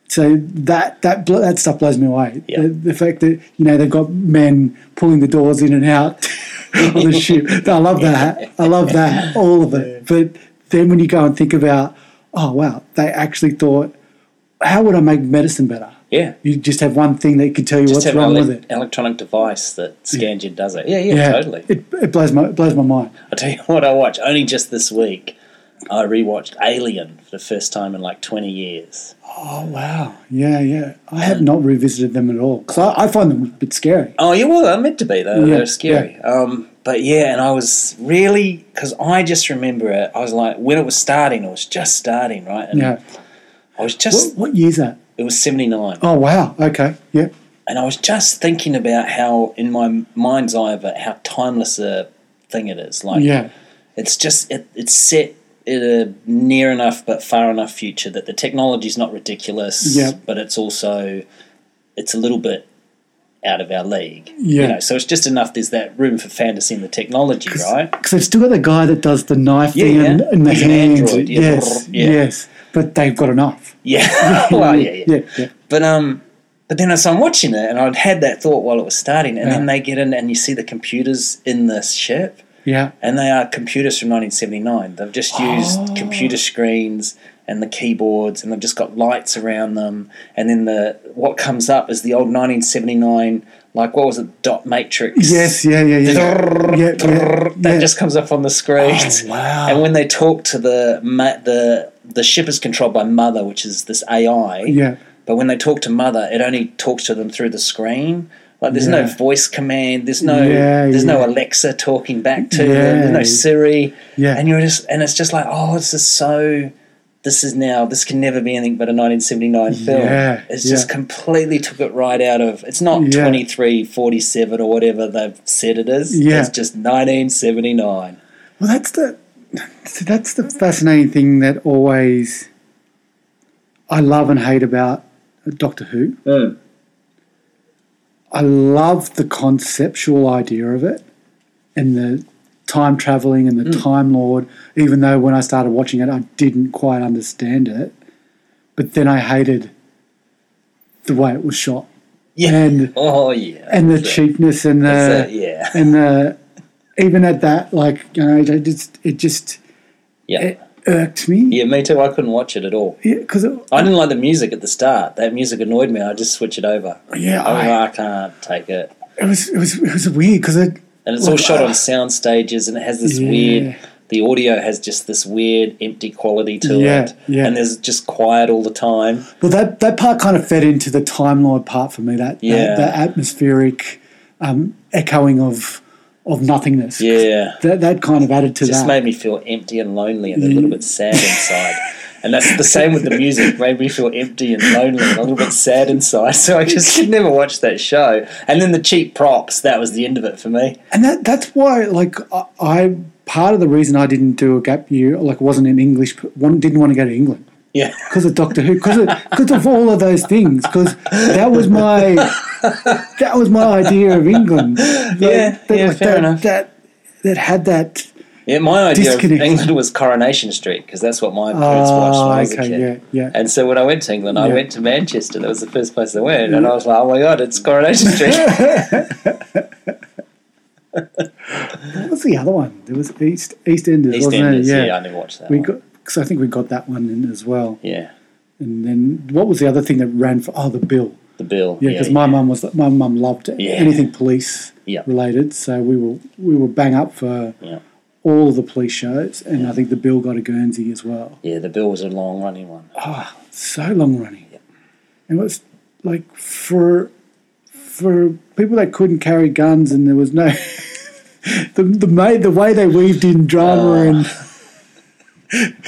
[SPEAKER 3] So that that bl- that stuff blows me away.
[SPEAKER 4] Yeah.
[SPEAKER 3] The, the fact that you know they've got men pulling the doors in and out on the ship. I love that. I love that. All of it. But then when you go and think about, oh wow, they actually thought, how would I make medicine better?
[SPEAKER 4] Yeah.
[SPEAKER 3] You just have one thing that could tell you
[SPEAKER 4] Just
[SPEAKER 3] what's
[SPEAKER 4] have
[SPEAKER 3] wrong
[SPEAKER 4] an ele-
[SPEAKER 3] with it.
[SPEAKER 4] electronic device that scans your does it. Yeah, yeah, totally.
[SPEAKER 3] It, it blows my it blows my mind.
[SPEAKER 4] I'll tell you what I watch. Only just this week, I rewatched Alien for the first time in like 20 years.
[SPEAKER 3] Oh wow, yeah, yeah. I have not revisited them at all because I, I find them a bit scary.
[SPEAKER 4] Oh, yeah, well, they're meant to be, though.
[SPEAKER 3] Yeah,
[SPEAKER 4] they're scary. Um, but yeah, and I was really, because I just remember it, I was like, when it was starting, it was just starting, right? And
[SPEAKER 3] Yeah.
[SPEAKER 4] I was
[SPEAKER 3] What,
[SPEAKER 4] just,
[SPEAKER 3] what year's that?
[SPEAKER 4] it was 79.
[SPEAKER 3] Oh wow. Okay. Yeah.
[SPEAKER 4] And I was just thinking about how, in my mind's eye of it, how timeless a thing it is. Like,
[SPEAKER 3] Yeah.
[SPEAKER 4] It's just it, it's set in a near enough but far enough future that the technology's not ridiculous,
[SPEAKER 3] Yeah.
[SPEAKER 4] but it's also it's a little bit out of our league.
[SPEAKER 3] Yeah.
[SPEAKER 4] You know, so it's just enough there's that room for fantasy in the technology, right?
[SPEAKER 3] Because they've still got the guy that does the knife
[SPEAKER 4] Yeah,
[SPEAKER 3] thing
[SPEAKER 4] yeah.
[SPEAKER 3] and, and the
[SPEAKER 4] He's an
[SPEAKER 3] hands.
[SPEAKER 4] android, yeah.
[SPEAKER 3] Yes.
[SPEAKER 4] Yeah.
[SPEAKER 3] Yes. But they've got enough.
[SPEAKER 4] Yeah. well, yeah, yeah.
[SPEAKER 3] Yeah. Yeah.
[SPEAKER 4] But um but then as I'm watching it and I'd had that thought while it was starting and then
[SPEAKER 3] Yeah.
[SPEAKER 4] they get in and you see the computers in the ship.
[SPEAKER 3] Yeah.
[SPEAKER 4] and they are computers from 1979. They've just used
[SPEAKER 3] Oh.
[SPEAKER 4] computer screens and the keyboards, and they've just got lights around them. And then the what comes up is the old 1979, like what was it, dot matrix?
[SPEAKER 3] Yes. Yeah. Yeah. Yeah. yeah. yeah.
[SPEAKER 4] That
[SPEAKER 3] yeah.
[SPEAKER 4] just comes up on the screen.
[SPEAKER 3] Oh, wow.
[SPEAKER 4] And when they talk to the ma- the the ship is controlled by Mother, which is this AI.
[SPEAKER 3] Yeah.
[SPEAKER 4] But when they talk to Mother, it only talks to them through the screen. Like there's no
[SPEAKER 3] Yeah.
[SPEAKER 4] voice command. There's no
[SPEAKER 3] Yeah,
[SPEAKER 4] there's no
[SPEAKER 3] yeah.
[SPEAKER 4] Alexa talking back to them.
[SPEAKER 3] Yeah.
[SPEAKER 4] There's no Siri.
[SPEAKER 3] Yeah.
[SPEAKER 4] And you're just and it's just like oh this is so. This is now. This can never be anything but a 1979 film.
[SPEAKER 3] Yeah,
[SPEAKER 4] it's just
[SPEAKER 3] yeah.
[SPEAKER 4] completely took it right out of. It's not
[SPEAKER 3] Yeah.
[SPEAKER 4] 23, 47 or whatever they've said it is.
[SPEAKER 3] Yeah.
[SPEAKER 4] It's just 1979.
[SPEAKER 3] Well, that's the so that's the fascinating thing that always I love and hate about Doctor Who. I love the conceptual idea of it and the time traveling and the Time Lord, even though when I started watching it, I didn't quite understand it. But then I hated the way it was shot
[SPEAKER 4] Yeah.
[SPEAKER 3] And-
[SPEAKER 4] oh yeah.
[SPEAKER 3] and the
[SPEAKER 4] That's it.
[SPEAKER 3] cheapness and uh, the
[SPEAKER 4] That's it, yeah.
[SPEAKER 3] and the even at that, like you know, it just it just
[SPEAKER 4] Yeah.
[SPEAKER 3] it irked me.
[SPEAKER 4] yeah. Me too. I couldn't watch it at all.
[SPEAKER 3] because it
[SPEAKER 4] I didn't like the music at the start. That music annoyed me. I just switch it over.
[SPEAKER 3] yeah,
[SPEAKER 4] I, was
[SPEAKER 3] I,
[SPEAKER 4] like, I can't take it.
[SPEAKER 3] it was it was it was weird because it
[SPEAKER 4] And it's all shot on sound stages, and it has this
[SPEAKER 3] Yeah.
[SPEAKER 4] weird. The audio has just this weird empty quality to
[SPEAKER 3] Yeah,
[SPEAKER 4] it,
[SPEAKER 3] yeah.
[SPEAKER 4] and there's just quiet all the time.
[SPEAKER 3] well that that part kind of fed into the Time Lord part for me. That
[SPEAKER 4] Yeah.
[SPEAKER 3] that, that atmospheric um, echoing of of nothingness.
[SPEAKER 4] Yeah,
[SPEAKER 3] that that kind of added to
[SPEAKER 4] just
[SPEAKER 3] that.
[SPEAKER 4] made me feel empty and lonely, and a little bit sad inside. And that's the same with the music. Made me feel empty and lonely, and a little bit sad inside. So I just could never watch that show. And then the cheap props. That was the end of it for me.
[SPEAKER 3] and that that's why like I, I part of the reason I didn't do a gap year like wasn't in English one didn't want to go to England.
[SPEAKER 4] Yeah.
[SPEAKER 3] because of Doctor Who, because of, 'cause of all of those things, because that was my that was my idea of England. Like,
[SPEAKER 4] Yeah,
[SPEAKER 3] that,
[SPEAKER 4] yeah,
[SPEAKER 3] like,
[SPEAKER 4] fair
[SPEAKER 3] that,
[SPEAKER 4] enough.
[SPEAKER 3] That that had that.
[SPEAKER 4] Yeah, my idea
[SPEAKER 3] Disconnect.
[SPEAKER 4] of England was Coronation Street because that's what my parents watched when I
[SPEAKER 3] Ah,
[SPEAKER 4] was a
[SPEAKER 3] okay,
[SPEAKER 4] kid.
[SPEAKER 3] yeah, yeah.
[SPEAKER 4] And so when I went to England, I
[SPEAKER 3] Yeah.
[SPEAKER 4] went to Manchester. That was the first place I went, and I was like, "Oh my god, it's Coronation Street!"
[SPEAKER 3] What was the other one? There was East EastEnders, wasn't
[SPEAKER 4] EastEnders,
[SPEAKER 3] it?
[SPEAKER 4] yeah.
[SPEAKER 3] Yeah,
[SPEAKER 4] I never watched that.
[SPEAKER 3] we
[SPEAKER 4] one.
[SPEAKER 3] got because I think we got that one in as well.
[SPEAKER 4] yeah,
[SPEAKER 3] And then what was the other thing that ran for? Oh, the bill.
[SPEAKER 4] the bill.
[SPEAKER 3] Yeah, because my mum was my mum loved
[SPEAKER 4] Yeah.
[SPEAKER 3] anything police
[SPEAKER 4] Yeah.
[SPEAKER 3] related, so we were we were bang up for
[SPEAKER 4] yeah.
[SPEAKER 3] all the police shows, and I think the bill got a Guernsey as well.
[SPEAKER 4] Yeah, the bill was a long running one.
[SPEAKER 3] Ah, so long running. And it was like for for people that couldn't carry guns and there was no the the, ma- the way they weaved in drama and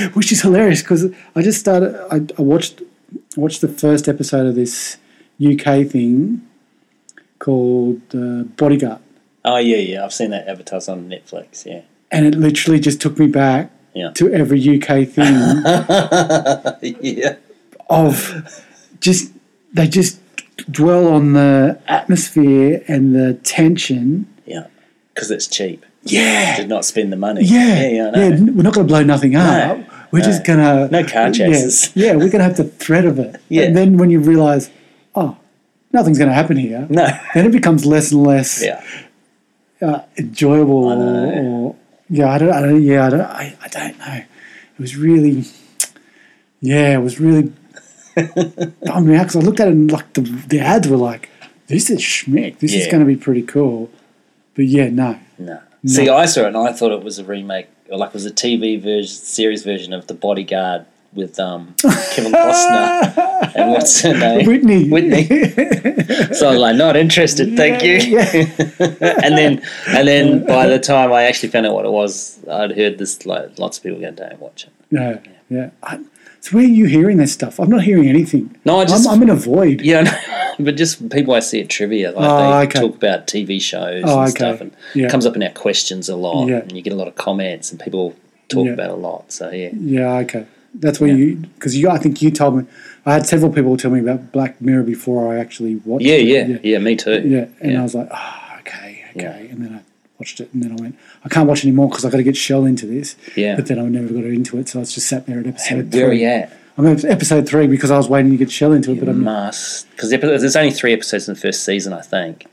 [SPEAKER 3] which is hilarious because I just started I, I watched I watched the first episode of this UK thing called uh, Bodyguard
[SPEAKER 4] Oh yeah, yeah. I've seen that advertised on Netflix. Yeah,
[SPEAKER 3] and it literally just took me back
[SPEAKER 4] Yeah.
[SPEAKER 3] to every UK thing
[SPEAKER 4] yeah,
[SPEAKER 3] of just they just dwell on the atmosphere and the tension.
[SPEAKER 4] yeah. Because it's cheap.
[SPEAKER 3] Yeah,
[SPEAKER 4] Did not spend the money.
[SPEAKER 3] yeah,
[SPEAKER 4] yeah.
[SPEAKER 3] yeah.
[SPEAKER 4] I know.
[SPEAKER 3] n- we're not going to blow nothing up. We're just gonna
[SPEAKER 4] No car chases.
[SPEAKER 3] Yeah, yeah, we're gonna have the threat of it.
[SPEAKER 4] Yeah.
[SPEAKER 3] And then when you realise, oh, nothing's gonna happen here.
[SPEAKER 4] No.
[SPEAKER 3] Then it becomes less and less
[SPEAKER 4] Yeah.
[SPEAKER 3] uh, enjoyable.
[SPEAKER 4] I know.
[SPEAKER 3] Or, or yeah, I don't, I don't. Yeah, I don't. I, I don't know. It was really. Yeah, it was really bummed me out because I looked at it and like the the ads were like, "This is schmick. This is
[SPEAKER 4] Yeah.
[SPEAKER 3] going to be pretty cool," but yeah, no.
[SPEAKER 4] No. See, I saw it and I thought it was a remake, or like it was a TV version, series version of The Bodyguard with um, Kevin Costner and what's her name?
[SPEAKER 3] Whitney.
[SPEAKER 4] Whitney. So I was like, not interested, thank you. and then, and then by the time I actually found out what it was, I'd heard this like lots of people going, "Don't watch it."
[SPEAKER 3] No, yeah. I, so where are you hearing this stuff? I'm not hearing anything.
[SPEAKER 4] No, I just-
[SPEAKER 3] I'm, I'm in a void.
[SPEAKER 4] Yeah, no, but just people I see at trivia, like
[SPEAKER 3] Oh,
[SPEAKER 4] they
[SPEAKER 3] okay.
[SPEAKER 4] talk about TV shows
[SPEAKER 3] Oh,
[SPEAKER 4] and
[SPEAKER 3] okay.
[SPEAKER 4] stuff, and
[SPEAKER 3] Yeah.
[SPEAKER 4] it comes up in our questions a lot,
[SPEAKER 3] Yeah.
[SPEAKER 4] and you get a lot of comments, and people talk
[SPEAKER 3] Yeah.
[SPEAKER 4] about it a lot. So yeah,
[SPEAKER 3] Yeah, okay. That's where you because you. I think you told me. I had several people tell me about Black Mirror before I actually watched.
[SPEAKER 4] yeah,
[SPEAKER 3] it.
[SPEAKER 4] yeah, yeah, me too.
[SPEAKER 3] yeah. And
[SPEAKER 4] Yeah.
[SPEAKER 3] I was like, oh, okay, okay.
[SPEAKER 4] Yeah.
[SPEAKER 3] And then I watched it, and then I went, I can't watch anymore because I got to get Shell into this.
[SPEAKER 4] Yeah.
[SPEAKER 3] But then I never got her into it, so I was just sat there at episode
[SPEAKER 4] Where are
[SPEAKER 3] three.
[SPEAKER 4] you at?
[SPEAKER 3] I'm at episode three because I was waiting to get Shell into it, but I'm
[SPEAKER 4] must because there's only three episodes in the first season, I think,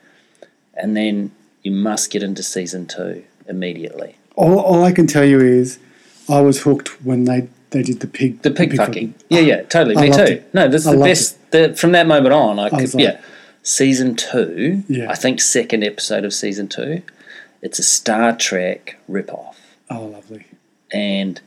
[SPEAKER 4] and then you must get into season two immediately.
[SPEAKER 3] all, all I can tell you is I was hooked when they they did the pig
[SPEAKER 4] The pig fucking, yeah, yeah, totally.
[SPEAKER 3] I
[SPEAKER 4] Me
[SPEAKER 3] loved
[SPEAKER 4] too.
[SPEAKER 3] it.
[SPEAKER 4] No, this is
[SPEAKER 3] I
[SPEAKER 4] the
[SPEAKER 3] loved
[SPEAKER 4] best. The, from that moment on, I, could,
[SPEAKER 3] was like-
[SPEAKER 4] yeah, season two.
[SPEAKER 3] Yeah.
[SPEAKER 4] I think second episode of season two. It's a Star Trek ripoff,
[SPEAKER 3] Oh, lovely.
[SPEAKER 4] and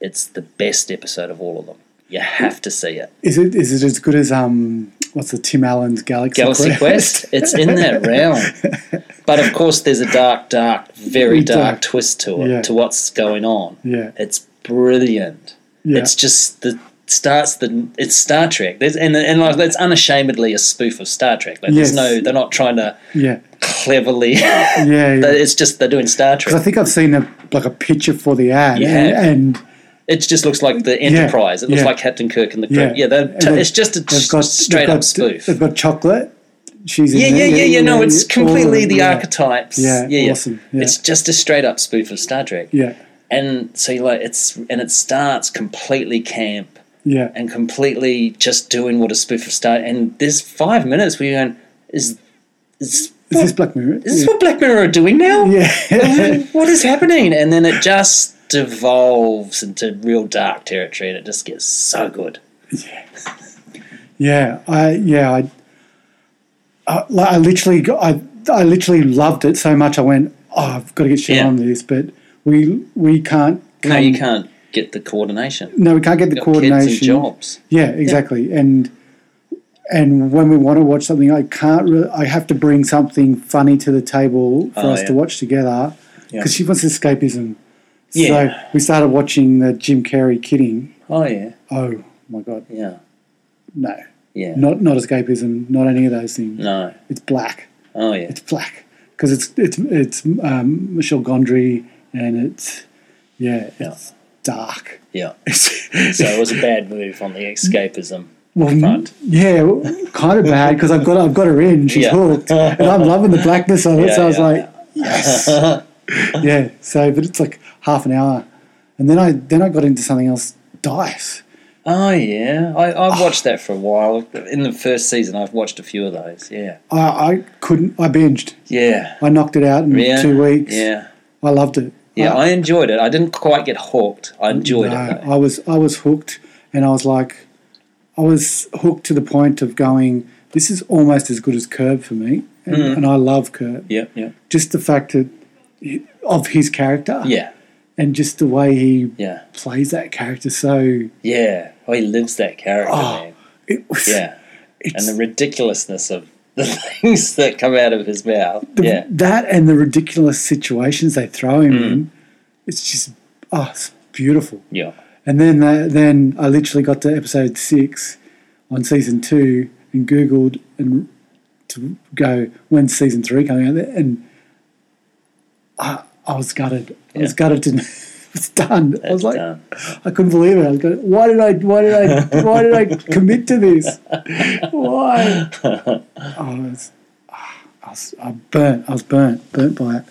[SPEAKER 4] it's the best episode of all of them. You have to see it.
[SPEAKER 3] Is it is it as good as um what's the Tim Allen's Galaxy,
[SPEAKER 4] Galaxy Quest. It's in that realm. But of course, there's a dark, dark, very
[SPEAKER 3] Very dark.
[SPEAKER 4] dark, twist to it,
[SPEAKER 3] Yeah.
[SPEAKER 4] to what's going on.
[SPEAKER 3] Yeah.
[SPEAKER 4] It's brilliant.
[SPEAKER 3] Yeah.
[SPEAKER 4] It's just the starts the it's Star Trek. There's and and like that's unashamedly a spoof of Star Trek. Like
[SPEAKER 3] Yes.
[SPEAKER 4] there's no they're not trying to
[SPEAKER 3] yeah.
[SPEAKER 4] cleverly
[SPEAKER 3] Yeah, yeah.
[SPEAKER 4] it's just they're doing Star
[SPEAKER 3] 'Cause I
[SPEAKER 4] Trek.
[SPEAKER 3] think I've seen a like a picture for the ad,
[SPEAKER 4] You have.
[SPEAKER 3] and, and
[SPEAKER 4] It just looks like the Enterprise. It looks
[SPEAKER 3] Yeah.
[SPEAKER 4] like Captain Kirk and the
[SPEAKER 3] Yeah.
[SPEAKER 4] yeah. yeah they're
[SPEAKER 3] And they've-
[SPEAKER 4] it's just a
[SPEAKER 3] they've got
[SPEAKER 4] straight
[SPEAKER 3] they've
[SPEAKER 4] up
[SPEAKER 3] got,
[SPEAKER 4] spoof.
[SPEAKER 3] They've got chocolate. She's in
[SPEAKER 4] Yeah, yeah,
[SPEAKER 3] there.
[SPEAKER 4] yeah, yeah, No, it's
[SPEAKER 3] yeah, all
[SPEAKER 4] completely
[SPEAKER 3] of
[SPEAKER 4] the
[SPEAKER 3] it, yeah.
[SPEAKER 4] archetypes.
[SPEAKER 3] Yeah, awesome, yeah.
[SPEAKER 4] It's just a straight up spoof of Star Trek.
[SPEAKER 3] Yeah,
[SPEAKER 4] And so you like it's and it starts completely camp
[SPEAKER 3] yeah,
[SPEAKER 4] and completely just doing what a spoof of Star and there's five minutes where you're going, is is
[SPEAKER 3] Is this Black Mirror?
[SPEAKER 4] is this what Black Mirror are doing now?
[SPEAKER 3] yeah,
[SPEAKER 4] what is happening? And then it just devolves into real dark territory and it just gets so good.
[SPEAKER 3] yeah. I yeah. I, I, like, I literally got, I I literally loved it so much. I went, oh, I've got to get shit
[SPEAKER 4] Yeah.
[SPEAKER 3] on this, but we we can't.
[SPEAKER 4] No, you
[SPEAKER 3] come-
[SPEAKER 4] can't get the coordination.
[SPEAKER 3] No, we can't get the Um, coordination.
[SPEAKER 4] Kids and jobs.
[SPEAKER 3] Yeah, exactly. And and when we want to watch something, I can't. Really, I have to bring something funny to the table for
[SPEAKER 4] Oh,
[SPEAKER 3] us
[SPEAKER 4] yeah.
[SPEAKER 3] to watch together because she wants escapism. So
[SPEAKER 4] Yeah.
[SPEAKER 3] we started watching the Jim Carrey kidding.
[SPEAKER 4] Oh yeah.
[SPEAKER 3] Oh my god,
[SPEAKER 4] Yeah.
[SPEAKER 3] no,
[SPEAKER 4] Yeah.
[SPEAKER 3] not not escapism, not any of those things.
[SPEAKER 4] No.
[SPEAKER 3] It's black.
[SPEAKER 4] Oh yeah.
[SPEAKER 3] It's black because it's it's it's um, Michelle Gondry and it's yeah, it's dark.
[SPEAKER 4] Yeah. So it was a bad move on the escapism.
[SPEAKER 3] Well, n-
[SPEAKER 4] front.
[SPEAKER 3] yeah, well, kind of bad because I've got I've got her in. She's
[SPEAKER 4] Yeah.
[SPEAKER 3] hooked, and I'm loving the blackness of it.
[SPEAKER 4] Yeah,
[SPEAKER 3] so I was
[SPEAKER 4] yeah,
[SPEAKER 3] like, yes, yeah. So, but it's like half an hour, and then I then I got into something else. Dice.
[SPEAKER 4] Oh yeah. I, I watched that for a while. In the first season I've watched a few of those. Yeah.
[SPEAKER 3] I, I couldn't. I binged.
[SPEAKER 4] Yeah.
[SPEAKER 3] I knocked it out in
[SPEAKER 4] Yeah.
[SPEAKER 3] two weeks.
[SPEAKER 4] Yeah.
[SPEAKER 3] I loved it.
[SPEAKER 4] Yeah,
[SPEAKER 3] I,
[SPEAKER 4] I enjoyed it. I didn't quite get hooked. I enjoyed
[SPEAKER 3] no,
[SPEAKER 4] it though.
[SPEAKER 3] I was I was hooked, and I was like, I was hooked to the point of going. This is almost as good as Curb for me, and,
[SPEAKER 4] Mm.
[SPEAKER 3] and I love Curb.
[SPEAKER 4] Yeah, yeah.
[SPEAKER 3] just the fact that of his character
[SPEAKER 4] Yeah.
[SPEAKER 3] and just the way he
[SPEAKER 4] Yeah.
[SPEAKER 3] plays that character so
[SPEAKER 4] Yeah. Oh he lives that character,
[SPEAKER 3] Oh.
[SPEAKER 4] man.
[SPEAKER 3] it was
[SPEAKER 4] Yeah.
[SPEAKER 3] it's,
[SPEAKER 4] And the ridiculousness of the things that come out of his mouth.
[SPEAKER 3] the-
[SPEAKER 4] yeah. Mm.
[SPEAKER 3] that and the ridiculous situations they throw him in it's just oh it's beautiful
[SPEAKER 4] Yeah.
[SPEAKER 3] and then they, then I literally got to episode six on season two and googled and to go when's season three coming out and I, I was gutted I was
[SPEAKER 4] Yeah.
[SPEAKER 3] gutted to it's done I was
[SPEAKER 4] It's
[SPEAKER 3] like
[SPEAKER 4] done.
[SPEAKER 3] I couldn't believe it. I was going, why did I, why did I, why did I commit to this? Why? I was, ah, I was, I burnt. I was burnt, burnt by it.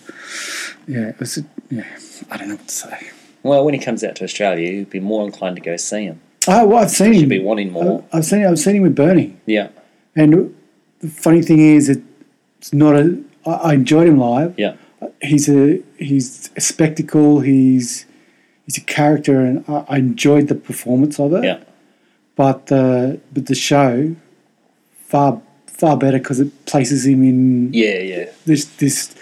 [SPEAKER 3] Yeah, it was. Yeah, I don't know what to say.
[SPEAKER 4] Well, when he comes out to Australia, you'd be more inclined to go see him.
[SPEAKER 3] Oh, well, I've seen
[SPEAKER 4] You'd be
[SPEAKER 3] him.
[SPEAKER 4] wanting more.
[SPEAKER 3] I've seen. I've seen him with Bernie.
[SPEAKER 4] Yeah,
[SPEAKER 3] And the funny thing is, it- it's not a. I I enjoyed him live.
[SPEAKER 4] yeah,
[SPEAKER 3] He's a he's a spectacle. He's he's a character, and I, I enjoyed the performance of it.
[SPEAKER 4] yeah.
[SPEAKER 3] But uh, but the show far far better because it places him in
[SPEAKER 4] Yeah, yeah.
[SPEAKER 3] this this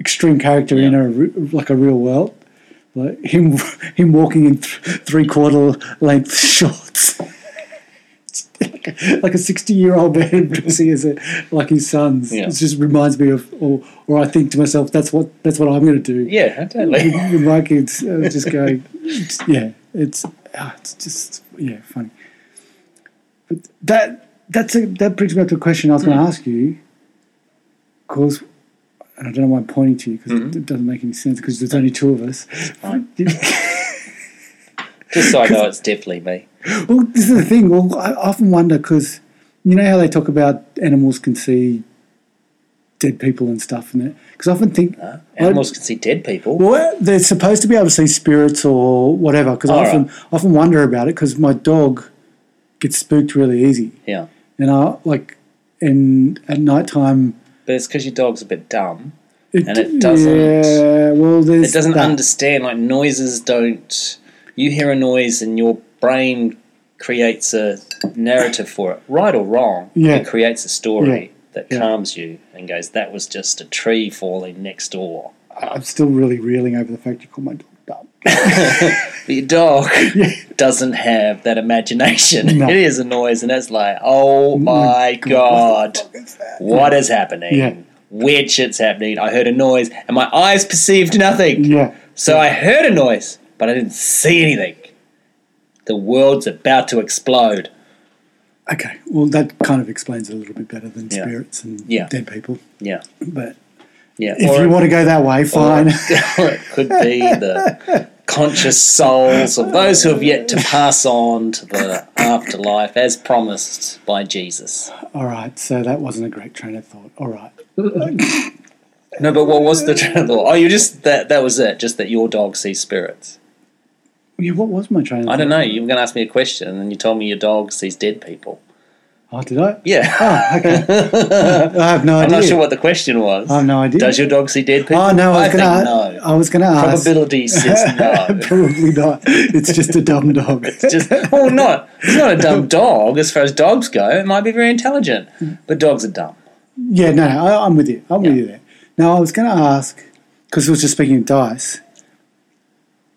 [SPEAKER 3] extreme character in a re- like a real world. Like him him walking in th- three quarter length shorts. It's like a- Like a sixty-year-old man dressing as a, like his sons,
[SPEAKER 4] Yeah.
[SPEAKER 3] it just reminds me of, or, or I think to myself, that's what that's what I'm going to do.
[SPEAKER 4] Yeah, totally.
[SPEAKER 3] with my kids, I was uh, just going, yeah, it's ah, it's just yeah, funny. But that that's a, that brings me up to a question I was going to ask you, because. And I don't know why I'm pointing to you because it, it doesn't make any sense because there's only two of us.
[SPEAKER 4] Just so I know it's definitely me.
[SPEAKER 3] well, this is the thing. Well, I often wonder because you know how they talk about animals can see dead people and stuff, and that because I often think
[SPEAKER 4] Animals can see dead people.
[SPEAKER 3] Well, they're supposed to be able to see spirits or whatever. Because I
[SPEAKER 4] All
[SPEAKER 3] often often wonder about it. Because my dog gets spooked really easy,
[SPEAKER 4] yeah,
[SPEAKER 3] and I like, and at night time,
[SPEAKER 4] but it's because your dog's a bit dumb.
[SPEAKER 3] it,
[SPEAKER 4] And it doesn't-
[SPEAKER 3] Yeah, well, there's
[SPEAKER 4] It doesn't
[SPEAKER 3] that.
[SPEAKER 4] understand. Like noises don't. You hear a noise and your brain creates a narrative for it, right or wrong.
[SPEAKER 3] Yeah.
[SPEAKER 4] It creates a story
[SPEAKER 3] Yeah.
[SPEAKER 4] that
[SPEAKER 3] Yeah.
[SPEAKER 4] calms you and goes, "That was just a tree falling next door."
[SPEAKER 3] I'm still really reeling over the fact you call my dog dumb.
[SPEAKER 4] But your dog doesn't have that imagination.
[SPEAKER 3] No.
[SPEAKER 4] It is a noise, and it's like, oh my god, what is happening?
[SPEAKER 3] Yeah.
[SPEAKER 4] Weird shit's happening. I heard a noise, and my eyes perceived nothing.
[SPEAKER 3] Yeah,
[SPEAKER 4] So I heard a noise, but I didn't see anything. The world's about to explode.
[SPEAKER 3] okay. Well, that kind of explains it a little bit better than
[SPEAKER 4] Yeah.
[SPEAKER 3] spirits and
[SPEAKER 4] Yeah.
[SPEAKER 3] dead people.
[SPEAKER 4] Yeah,
[SPEAKER 3] But
[SPEAKER 4] yeah.
[SPEAKER 3] if
[SPEAKER 4] Or-
[SPEAKER 3] you want to go that way, fine.
[SPEAKER 4] or it could be the conscious souls of those who have yet to pass on to the afterlife as promised by Jesus.
[SPEAKER 3] All right. So that wasn't a great train of thought. All right.
[SPEAKER 4] No, but what was the train of thought? Oh, you just that that was it. Just that your dog sees spirits.
[SPEAKER 3] Yeah, what was my train of
[SPEAKER 4] I
[SPEAKER 3] thought?
[SPEAKER 4] don't know. You were going to ask me a question, and then you told me your dog sees dead people.
[SPEAKER 3] Oh, did I?
[SPEAKER 4] Yeah,
[SPEAKER 3] Oh, okay. I have no
[SPEAKER 4] I'm
[SPEAKER 3] idea.
[SPEAKER 4] not sure what the question was.
[SPEAKER 3] I have no idea.
[SPEAKER 4] Does your dog see dead people?
[SPEAKER 3] Oh no, I was
[SPEAKER 4] think
[SPEAKER 3] gonna.
[SPEAKER 4] no.
[SPEAKER 3] I was gonna ask.
[SPEAKER 4] Probability says no.
[SPEAKER 3] Probably not. It's just a dumb dog.
[SPEAKER 4] just well, not it's not a dumb dog as far as dogs go. It might be very intelligent, but dogs are dumb.
[SPEAKER 3] yeah, no, no I, I'm with you. I'm with you there. Now, I was going to ask because we were just speaking of dice.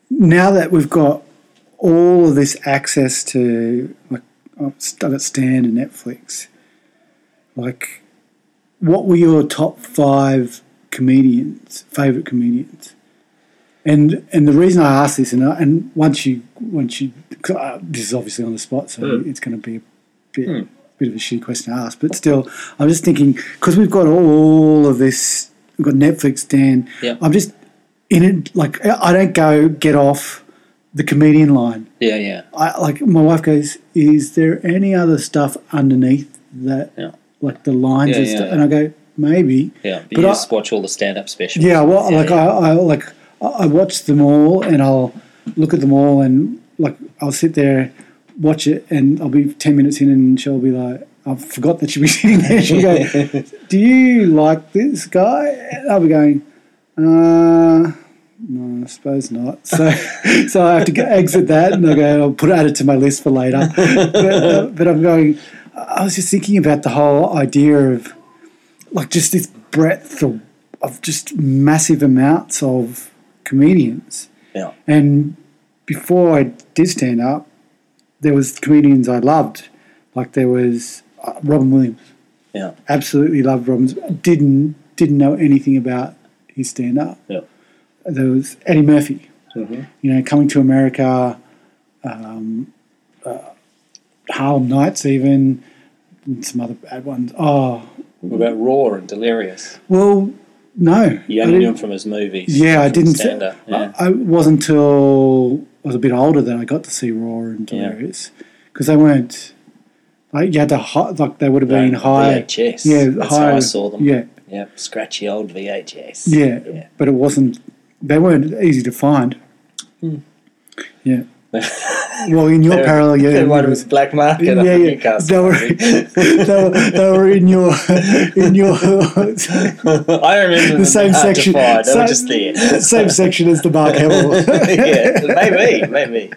[SPEAKER 3] Now that we've got all of this access to, like, oh, I've got Stan and Netflix. Like, what were your top five comedians, favorite comedians? And and the reason I ask this, and I, and once you once you, 'cause, uh, this is obviously on the spot, so it's going to be a bit bit of a shitty question to ask, but still, I'm just thinking because we've got all of this, we've got Netflix, Dan.
[SPEAKER 4] Yeah.
[SPEAKER 3] I'm just in it. Like I I don't go get off the comedian line.
[SPEAKER 4] Yeah, yeah,
[SPEAKER 3] I like my wife goes, "Is there any other stuff underneath that,
[SPEAKER 4] Yeah.
[SPEAKER 3] like the lines
[SPEAKER 4] Yeah,
[SPEAKER 3] and
[SPEAKER 4] yeah,
[SPEAKER 3] stuff?"
[SPEAKER 4] yeah.
[SPEAKER 3] And I go, "Maybe."
[SPEAKER 4] yeah. But,
[SPEAKER 3] But
[SPEAKER 4] you
[SPEAKER 3] I-
[SPEAKER 4] just watch all the stand-up specials.
[SPEAKER 3] Yeah, well, like I, I like I I watch them all, and I'll look at them all, and like I'll sit there, watch it, and I'll be ten minutes in, and she'll be like, "I forgot that she was sitting there." She'll go, "Do you like this guy?" And I'll be going, "Uh." No, I suppose not. So, so I have to go, exit that, and I go. I'll put add it to my list for later. But, uh, but I'm going. I was just thinking about the whole idea of like just this breadth of, of just massive amounts of comedians.
[SPEAKER 4] yeah,
[SPEAKER 3] And before I did stand up, there was comedians I loved. Like there was uh, Robin Williams.
[SPEAKER 4] yeah,
[SPEAKER 3] Absolutely loved Robin. Didn't didn't know anything about his stand up.
[SPEAKER 4] yeah.
[SPEAKER 3] There was Eddie Murphy.
[SPEAKER 4] Mm-hmm.
[SPEAKER 3] You know, coming to America, um, uh, Harlem Nights, even and some other bad ones. Oh
[SPEAKER 4] What about Raw and Delirious?
[SPEAKER 3] well, no.
[SPEAKER 4] You
[SPEAKER 3] I
[SPEAKER 4] only knew
[SPEAKER 3] didn't-
[SPEAKER 4] him from his movies.
[SPEAKER 3] Yeah, I
[SPEAKER 4] from
[SPEAKER 3] didn't.
[SPEAKER 4] Stand-up. Yeah.
[SPEAKER 3] I, I wasn't until I was a bit older that I got to see Raw and
[SPEAKER 4] Yeah.
[SPEAKER 3] Delirious because they weren't like you had to hi- like they would have been
[SPEAKER 4] Right,
[SPEAKER 3] high.
[SPEAKER 4] VHS.
[SPEAKER 3] Yeah,
[SPEAKER 4] That's
[SPEAKER 3] high.
[SPEAKER 4] how I saw them.
[SPEAKER 3] Yeah,
[SPEAKER 4] yeah, scratchy old VHS.
[SPEAKER 3] yeah,
[SPEAKER 4] Yeah. Hmm.
[SPEAKER 3] but it wasn't. They weren't easy to find. Yeah. well, in your parallel, yeah,
[SPEAKER 5] It
[SPEAKER 3] it
[SPEAKER 5] was
[SPEAKER 3] was-
[SPEAKER 5] black market up
[SPEAKER 3] yeah,
[SPEAKER 5] in
[SPEAKER 3] yeah. They
[SPEAKER 5] Newcastle.
[SPEAKER 3] were, they, were, they were in your in your
[SPEAKER 4] I remember the
[SPEAKER 3] same
[SPEAKER 4] same
[SPEAKER 3] section.
[SPEAKER 4] section. They were
[SPEAKER 3] Same-
[SPEAKER 4] just there.
[SPEAKER 3] same section as the Mark Hamill.
[SPEAKER 4] yeah, maybe, maybe.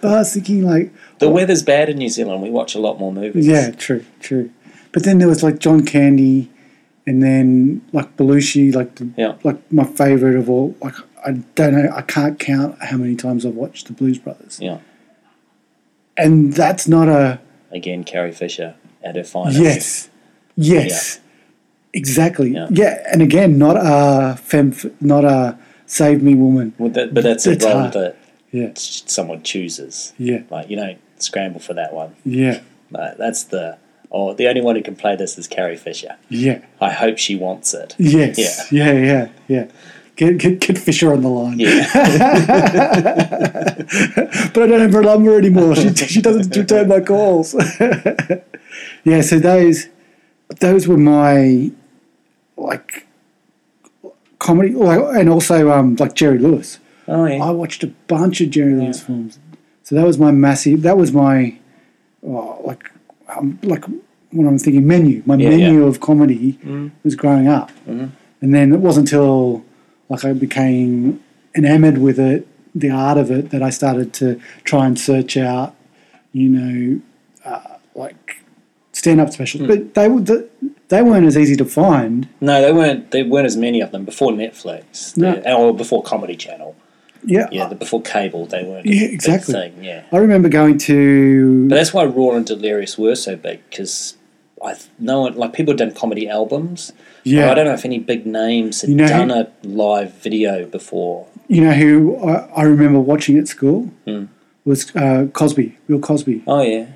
[SPEAKER 3] But I was thinking like,
[SPEAKER 4] The weather's bad in New Zealand. We watch a lot more movies.
[SPEAKER 3] yeah, true, true. But then there was like John Candy, and then like Belushi, like the,
[SPEAKER 4] Yeah.
[SPEAKER 3] like my favorite of all. Like I don't know, I can't count how many times I've watched the Blues Brothers,
[SPEAKER 4] Yeah.
[SPEAKER 3] and that's not a
[SPEAKER 4] Again, Carrie Fisher at her finest.
[SPEAKER 3] yes, yes, exactly,
[SPEAKER 4] Yeah.
[SPEAKER 3] yeah. And again, not a femme, not a save me woman.
[SPEAKER 4] Well, that, but that's a
[SPEAKER 3] It's
[SPEAKER 4] role
[SPEAKER 3] hard.
[SPEAKER 4] that
[SPEAKER 3] Yeah,
[SPEAKER 4] someone chooses.
[SPEAKER 3] yeah,
[SPEAKER 4] Like, you don't scramble for that one.
[SPEAKER 3] yeah,
[SPEAKER 4] Like, that's the. Oh, the only one who can play this is Carrie Fisher.
[SPEAKER 3] yeah.
[SPEAKER 4] I hope she wants it.
[SPEAKER 3] Yes. Yeah. Yeah. Yeah. Get, get get Fisher on the line.
[SPEAKER 4] Yeah.
[SPEAKER 3] But I don't have her number anymore. She, she doesn't return my calls. yeah. So those those were my like comedy, like, and also um, like Jerry Lewis.
[SPEAKER 4] Oh, yeah.
[SPEAKER 3] I watched a bunch of Jerry Lewis films. So that was my massive. That was my oh, like um, like what I'm thinking menu. My
[SPEAKER 4] Yeah, Mm-hmm.
[SPEAKER 3] menu of comedy was growing up, and then it wasn't until like I became enamored with it, the art of it, that I started to try and search out, you know, uh, like stand-up specials.
[SPEAKER 4] Mm.
[SPEAKER 3] But they were they weren't as easy to find.
[SPEAKER 4] No, they weren't. There weren't as many of them before Netflix,
[SPEAKER 3] No.
[SPEAKER 4] They- or before Comedy Channel.
[SPEAKER 3] Yeah,
[SPEAKER 4] Yeah, the, before cable, they weren't. a
[SPEAKER 3] Yeah,
[SPEAKER 4] big
[SPEAKER 3] exactly.
[SPEAKER 4] Thing, yeah,
[SPEAKER 3] I remember going to
[SPEAKER 4] but that's why Raw and Delirious were so big because I th- no one like people had done comedy albums.
[SPEAKER 3] yeah.
[SPEAKER 4] But I don't know if any big names had
[SPEAKER 3] You know
[SPEAKER 4] done
[SPEAKER 3] who-
[SPEAKER 4] a live video before.
[SPEAKER 3] you know who I, I remember watching at school
[SPEAKER 4] Hmm.
[SPEAKER 3] was uh, Cosby, Bill Cosby,
[SPEAKER 4] Oh yeah,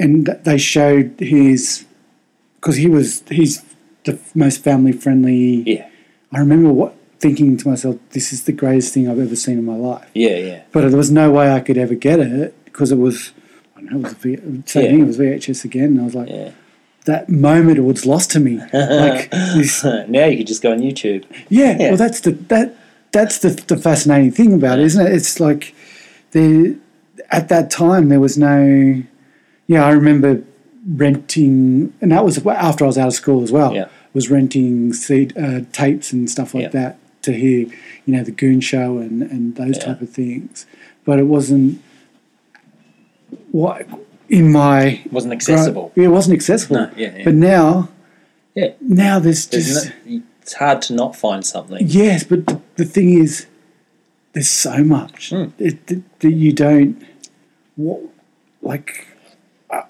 [SPEAKER 3] and th- they showed his because he was he's the f- most family friendly.
[SPEAKER 4] yeah,
[SPEAKER 3] I remember what thinking to myself, this is the greatest thing I've ever seen in my life.
[SPEAKER 4] yeah, yeah.
[SPEAKER 3] But there was no way I could ever get it because it was I don't know it was v, same
[SPEAKER 4] Yeah.
[SPEAKER 3] thing, it was VHS again, and I was like
[SPEAKER 4] Yeah.
[SPEAKER 3] that moment it was lost to me. like this,
[SPEAKER 4] Uh, now you could just go on YouTube.
[SPEAKER 3] yeah,
[SPEAKER 4] Yeah.
[SPEAKER 3] well, that's the that that's the, the fascinating thing about it, isn't it? It's like the at that time there was no. Yeah, I remember renting, and that was after I was out of school as well.
[SPEAKER 4] Yeah.
[SPEAKER 3] Was renting seed, uh, tapes and stuff like
[SPEAKER 4] Yeah.
[SPEAKER 3] that to hear, you know, the Goon Show and and those type of things, but it wasn't what in my
[SPEAKER 4] It wasn't accessible.
[SPEAKER 3] It wasn't accessible.
[SPEAKER 4] No, yeah, yeah.
[SPEAKER 3] But now,
[SPEAKER 4] Yeah,
[SPEAKER 3] now there's
[SPEAKER 4] There's
[SPEAKER 3] just.
[SPEAKER 4] no- it's hard to not find something.
[SPEAKER 3] Yes, but th- the thing is, there's so much it, that, that you don't. What, like, uh,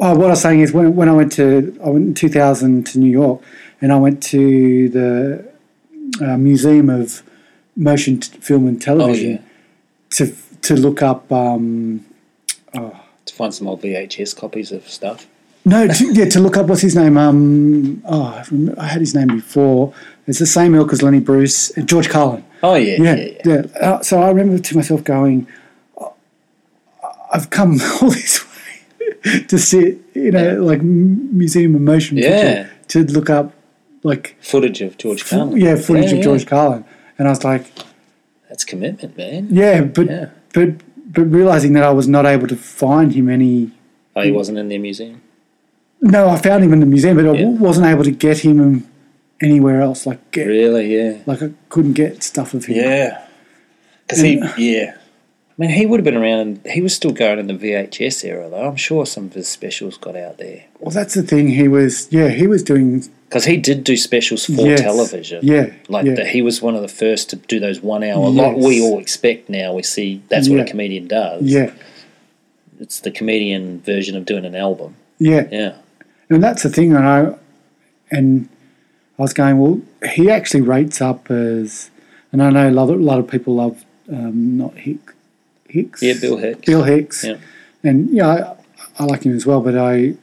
[SPEAKER 3] oh, what I was saying is when, when I went to I went in 2000 to New York, and I went to the uh, Museum of Motion T- Film and Television to to look up. Um,
[SPEAKER 4] To find some old VHS copies of stuff.
[SPEAKER 3] no, to, yeah, to look up what's his name. Um, oh, I, rem I had his name before. It's the same ilk as Lenny Bruce, and George Carlin.
[SPEAKER 4] Oh yeah,
[SPEAKER 3] yeah,
[SPEAKER 4] yeah,
[SPEAKER 3] yeah. Uh, so I remember to myself going, "I- I've come all this way to sit in a like m- museum of motion
[SPEAKER 4] Yeah.
[SPEAKER 3] picture to look up like
[SPEAKER 4] Footage of George Carlin.
[SPEAKER 3] yeah footage of
[SPEAKER 4] yeah.
[SPEAKER 3] George Carlin, and I was like,
[SPEAKER 4] That's commitment, man.
[SPEAKER 3] yeah, but
[SPEAKER 4] Yeah.
[SPEAKER 3] but but realizing that I was not able to find him any.
[SPEAKER 4] Oh, he wasn't in their museum.
[SPEAKER 3] No, I found him in the museum, but I
[SPEAKER 4] Yeah.
[SPEAKER 3] wasn't able to get him anywhere else. Like get,
[SPEAKER 4] Really? Yeah.
[SPEAKER 3] like I couldn't get stuff of him.
[SPEAKER 4] Yeah. Because he, yeah. I mean, he would have been around. He was still going in the VHS era, though. I'm sure some of his specials got out there.
[SPEAKER 3] Well, that's the thing. He was yeah he was doing
[SPEAKER 4] Because he did do specials for
[SPEAKER 3] Yes.
[SPEAKER 4] television.
[SPEAKER 3] Yeah,
[SPEAKER 4] Like,
[SPEAKER 3] yeah.
[SPEAKER 4] The, he was one of the first to do those one hour, like
[SPEAKER 3] Yes.
[SPEAKER 4] we all expect now. We see that's what a
[SPEAKER 3] Yeah.
[SPEAKER 4] comedian does.
[SPEAKER 3] yeah
[SPEAKER 4] It's the comedian version of doing an album.
[SPEAKER 3] yeah
[SPEAKER 4] Yeah.
[SPEAKER 3] And that's the thing, and I and I was going, well, he actually rates up as, and I know a lot of, a lot of people love um, not Hick, Hicks,
[SPEAKER 4] Yeah, Bill Hicks.
[SPEAKER 3] Bill Hicks,
[SPEAKER 4] Yeah.
[SPEAKER 3] and yeah, I, I like him as well, but I,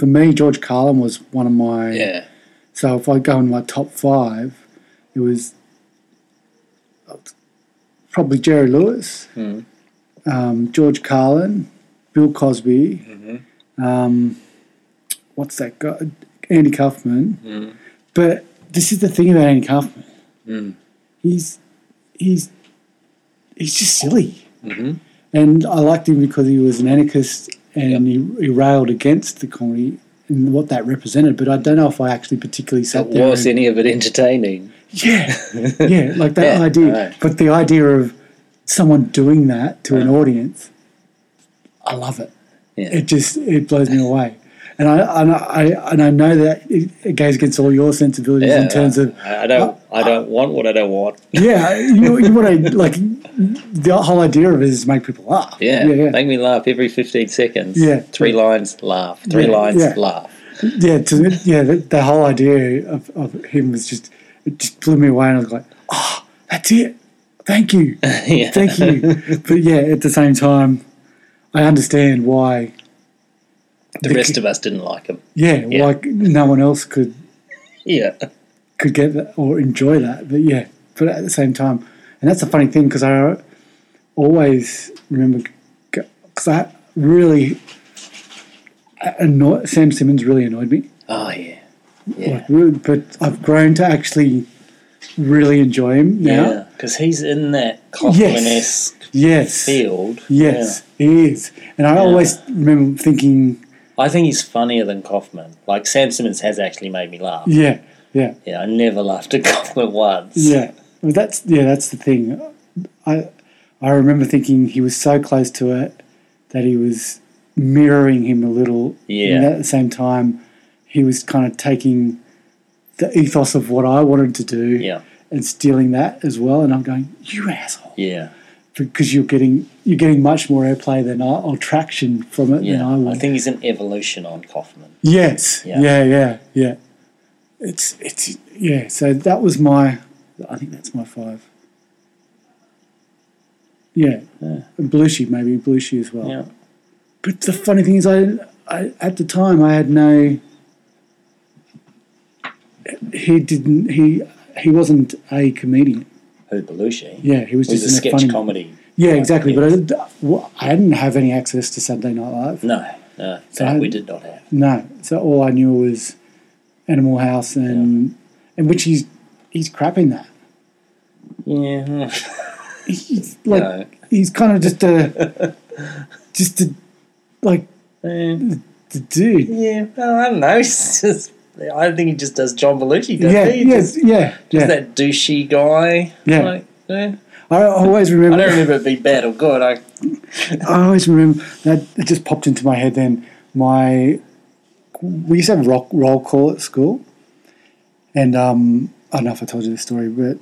[SPEAKER 3] for me, George Carlin was one of my,
[SPEAKER 4] Yeah.
[SPEAKER 3] so if I go in my top five, it was probably Jerry Lewis,
[SPEAKER 4] Hmm.
[SPEAKER 3] um, George Carlin, Bill Cosby,
[SPEAKER 4] Mm-hmm.
[SPEAKER 3] um, what's that guy? Andy Kaufman.
[SPEAKER 4] Mm-hmm.
[SPEAKER 3] But this is the thing about
[SPEAKER 4] Hmm.
[SPEAKER 3] Andy Kaufman. He's he's he's just silly.
[SPEAKER 4] Mm-hmm.
[SPEAKER 3] And I liked him because he was an anarchist and he, he railed against the comedy and what that represented. But I don't know if I actually particularly sat there.
[SPEAKER 4] Was
[SPEAKER 3] and-
[SPEAKER 4] any of it entertaining?
[SPEAKER 3] Yeah, yeah, like that
[SPEAKER 4] Yeah,
[SPEAKER 3] idea.
[SPEAKER 4] I know.
[SPEAKER 3] But the idea of someone doing that to an audience, I love it.
[SPEAKER 4] Yeah.
[SPEAKER 3] It just it blows me away. And I and I and I know that it, it goes against all your sensibilities in terms of
[SPEAKER 4] I, I don't, I don't want what I don't want.
[SPEAKER 3] yeah, you, you want to like the whole idea of it is make people laugh.
[SPEAKER 4] Yeah,
[SPEAKER 3] yeah, yeah.
[SPEAKER 4] make me laugh every fifteen seconds.
[SPEAKER 3] Yeah.
[SPEAKER 4] three lines, laugh. Three
[SPEAKER 3] Yeah,
[SPEAKER 4] lines,
[SPEAKER 3] yeah.
[SPEAKER 4] laugh.
[SPEAKER 3] yeah, to, yeah. The, the whole idea of, of him was just it just blew me away, and I was like, oh, that's it. Thank you.
[SPEAKER 4] yeah.
[SPEAKER 3] Thank you. but yeah, at the same time, I understand why.
[SPEAKER 4] the rest of us didn't like him.
[SPEAKER 3] Yeah,
[SPEAKER 4] Yeah.
[SPEAKER 3] like no one else could
[SPEAKER 4] Yeah,
[SPEAKER 3] could get that or enjoy that. But yeah, but at the same time, and that's a funny thing because I always remember because I really annoyed, Sam Simmons really annoyed me.
[SPEAKER 4] oh yeah, yeah,
[SPEAKER 3] Like, really, but I've grown to actually really enjoy him now.
[SPEAKER 4] yeah. Because he's in that Coughlin-esque
[SPEAKER 3] Yes.
[SPEAKER 4] field.
[SPEAKER 3] Yes, he is. And I always remember thinking,
[SPEAKER 4] Yeah. I think he's funnier than Kaufman. Like Sam Simmons has actually made me laugh. Yeah,
[SPEAKER 3] yeah, yeah,
[SPEAKER 4] I never laughed at Kaufman once.
[SPEAKER 3] yeah. Well, that's yeah, that's the thing. I I remember thinking he was so close to it that he was mirroring him a little.
[SPEAKER 4] Yeah.
[SPEAKER 3] And at the same time, he was kind of taking the ethos of what I wanted to do.
[SPEAKER 4] Yeah.
[SPEAKER 3] And stealing that as well, and I'm going, you asshole.
[SPEAKER 4] yeah.
[SPEAKER 3] because you're getting you're getting much more airplay than I or traction from it than
[SPEAKER 4] yeah.
[SPEAKER 3] I
[SPEAKER 4] I,
[SPEAKER 3] would.
[SPEAKER 4] think he's an evolution on Kaufman.
[SPEAKER 3] yes.
[SPEAKER 4] Yeah.
[SPEAKER 3] Yeah. yeah, yeah, It's it's yeah. So that was my. I think that's my five. Yeah, and Belushi maybe Belushi as well.
[SPEAKER 4] Yeah,
[SPEAKER 3] But the funny thing is, I, I at the time I had no. He didn't. He he wasn't a comedian.
[SPEAKER 4] who Belushi?
[SPEAKER 3] Yeah, he was
[SPEAKER 4] It was
[SPEAKER 3] just
[SPEAKER 4] a
[SPEAKER 3] in
[SPEAKER 4] sketch
[SPEAKER 3] funny,
[SPEAKER 4] comedy.
[SPEAKER 3] Yeah,
[SPEAKER 4] Like,
[SPEAKER 3] exactly.
[SPEAKER 4] yeah.
[SPEAKER 3] But I, did- well, I didn't have any access to Saturday Night Live.
[SPEAKER 4] No, no,
[SPEAKER 3] So
[SPEAKER 4] that
[SPEAKER 3] I-
[SPEAKER 4] we did not have.
[SPEAKER 3] No, so all I knew was Animal House, and and which he's he's crap in that.
[SPEAKER 4] Yeah,
[SPEAKER 3] He's like
[SPEAKER 4] No.
[SPEAKER 3] he's kind of just a just a like
[SPEAKER 4] Eh,
[SPEAKER 3] the dude.
[SPEAKER 4] yeah. well, I don't know. It's just, I think he just does John Belushi. Doesn't
[SPEAKER 3] Yeah,
[SPEAKER 4] he?
[SPEAKER 3] yes, yeah, yeah.
[SPEAKER 4] Just that douchey guy.
[SPEAKER 3] Yeah.
[SPEAKER 4] Like, eh.
[SPEAKER 3] I always
[SPEAKER 4] I
[SPEAKER 3] remember.
[SPEAKER 4] don't
[SPEAKER 3] I,
[SPEAKER 4] remember it being bad or good. I
[SPEAKER 3] always remember that it just popped into my head. Then my we used to have rock roll call at school, and um, I don't know if I told you this story, but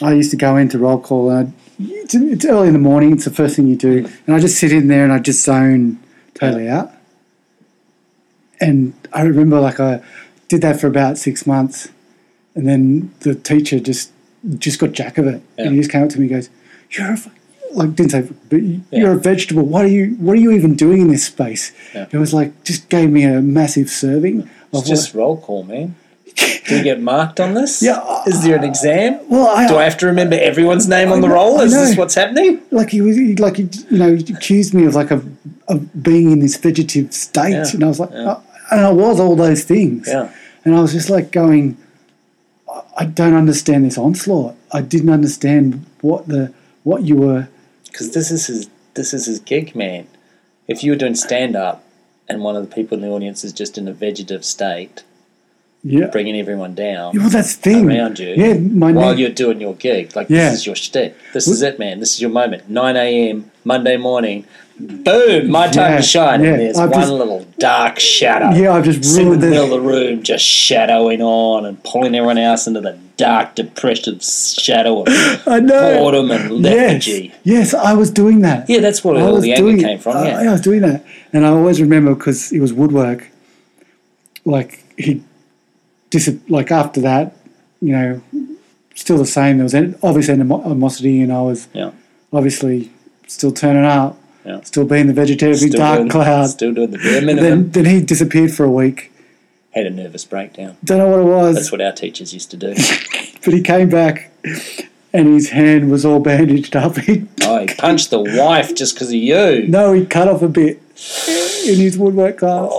[SPEAKER 3] I used to go into roll call and I'd, it's, it's early in the morning. It's the first thing you do, and I just sit in there and I just zone totally out. And I remember like I did that for about six months, and then the teacher just just got jack of it, and he just came up to me and goes, "You're a fu-" like didn't say, but you- you're a vegetable. What are you? What are you even doing in this space?"
[SPEAKER 4] Yeah.
[SPEAKER 3] It was like just gave me a massive serving of
[SPEAKER 4] it's just roll call, man. Do we get marked on this?
[SPEAKER 3] Yeah.
[SPEAKER 4] Is there an exam?
[SPEAKER 3] what, well, I,
[SPEAKER 4] Do I have to remember everyone's name on the
[SPEAKER 3] know,
[SPEAKER 4] roll?
[SPEAKER 3] I
[SPEAKER 4] Is this
[SPEAKER 3] know.
[SPEAKER 4] what's happening?
[SPEAKER 3] like he was he, like he, you know he accused me of like a of being in this vegetative state
[SPEAKER 4] Yeah,
[SPEAKER 3] and I was like I, and I was all those things
[SPEAKER 4] Yeah.
[SPEAKER 3] and I was just like going "I- I don't understand this onslaught I didn't understand what the what you were
[SPEAKER 4] Because this is his this is his gig, man. If you were doing stand up and one of the people in the audience is just in a vegetative state,
[SPEAKER 3] yeah
[SPEAKER 4] bringing everyone down
[SPEAKER 3] well that's the thing
[SPEAKER 4] around you
[SPEAKER 3] yeah my
[SPEAKER 4] while
[SPEAKER 3] ne-
[SPEAKER 4] you're doing your gig. Like
[SPEAKER 3] Yeah.
[SPEAKER 4] this is your shtick. This is it, man. This is your moment. Nine AM, Monday morning. Boom, my time
[SPEAKER 3] Yeah,
[SPEAKER 4] to shine.
[SPEAKER 3] yeah.
[SPEAKER 4] And there's
[SPEAKER 3] I've
[SPEAKER 4] one
[SPEAKER 3] just-
[SPEAKER 4] little dark shadow.
[SPEAKER 3] yeah I've just
[SPEAKER 4] sitting in
[SPEAKER 3] ruined
[SPEAKER 4] the middle of
[SPEAKER 3] the
[SPEAKER 4] the room, just shadowing on and pulling everyone else into the dark, depressive shadow of
[SPEAKER 3] I know
[SPEAKER 4] boredom and
[SPEAKER 3] yes
[SPEAKER 4] lethargy.
[SPEAKER 3] yes I was doing that
[SPEAKER 4] Yeah, that's where all the anger came from.
[SPEAKER 3] I-
[SPEAKER 4] Yeah,
[SPEAKER 3] Uh, I was doing that, and I always remember because it was woodwork. Like he, dis- like after that, you know, still the same. There was an- obvious animo- animosity, and I was
[SPEAKER 4] yeah,
[SPEAKER 3] obviously still turning out,
[SPEAKER 4] yeah.
[SPEAKER 3] still being the vegetative dark
[SPEAKER 4] doing,
[SPEAKER 3] cloud.
[SPEAKER 4] Still doing the bare
[SPEAKER 3] Then,
[SPEAKER 4] minimum.
[SPEAKER 3] then he disappeared for a week.
[SPEAKER 4] Had a nervous breakdown.
[SPEAKER 3] Don't know what it was,
[SPEAKER 4] That's what our teachers used to do.
[SPEAKER 3] but he came back, and his hand was all bandaged up. He
[SPEAKER 4] oh, he punched the wife just because of you.
[SPEAKER 3] No, he cut off a bit in his woodwork class.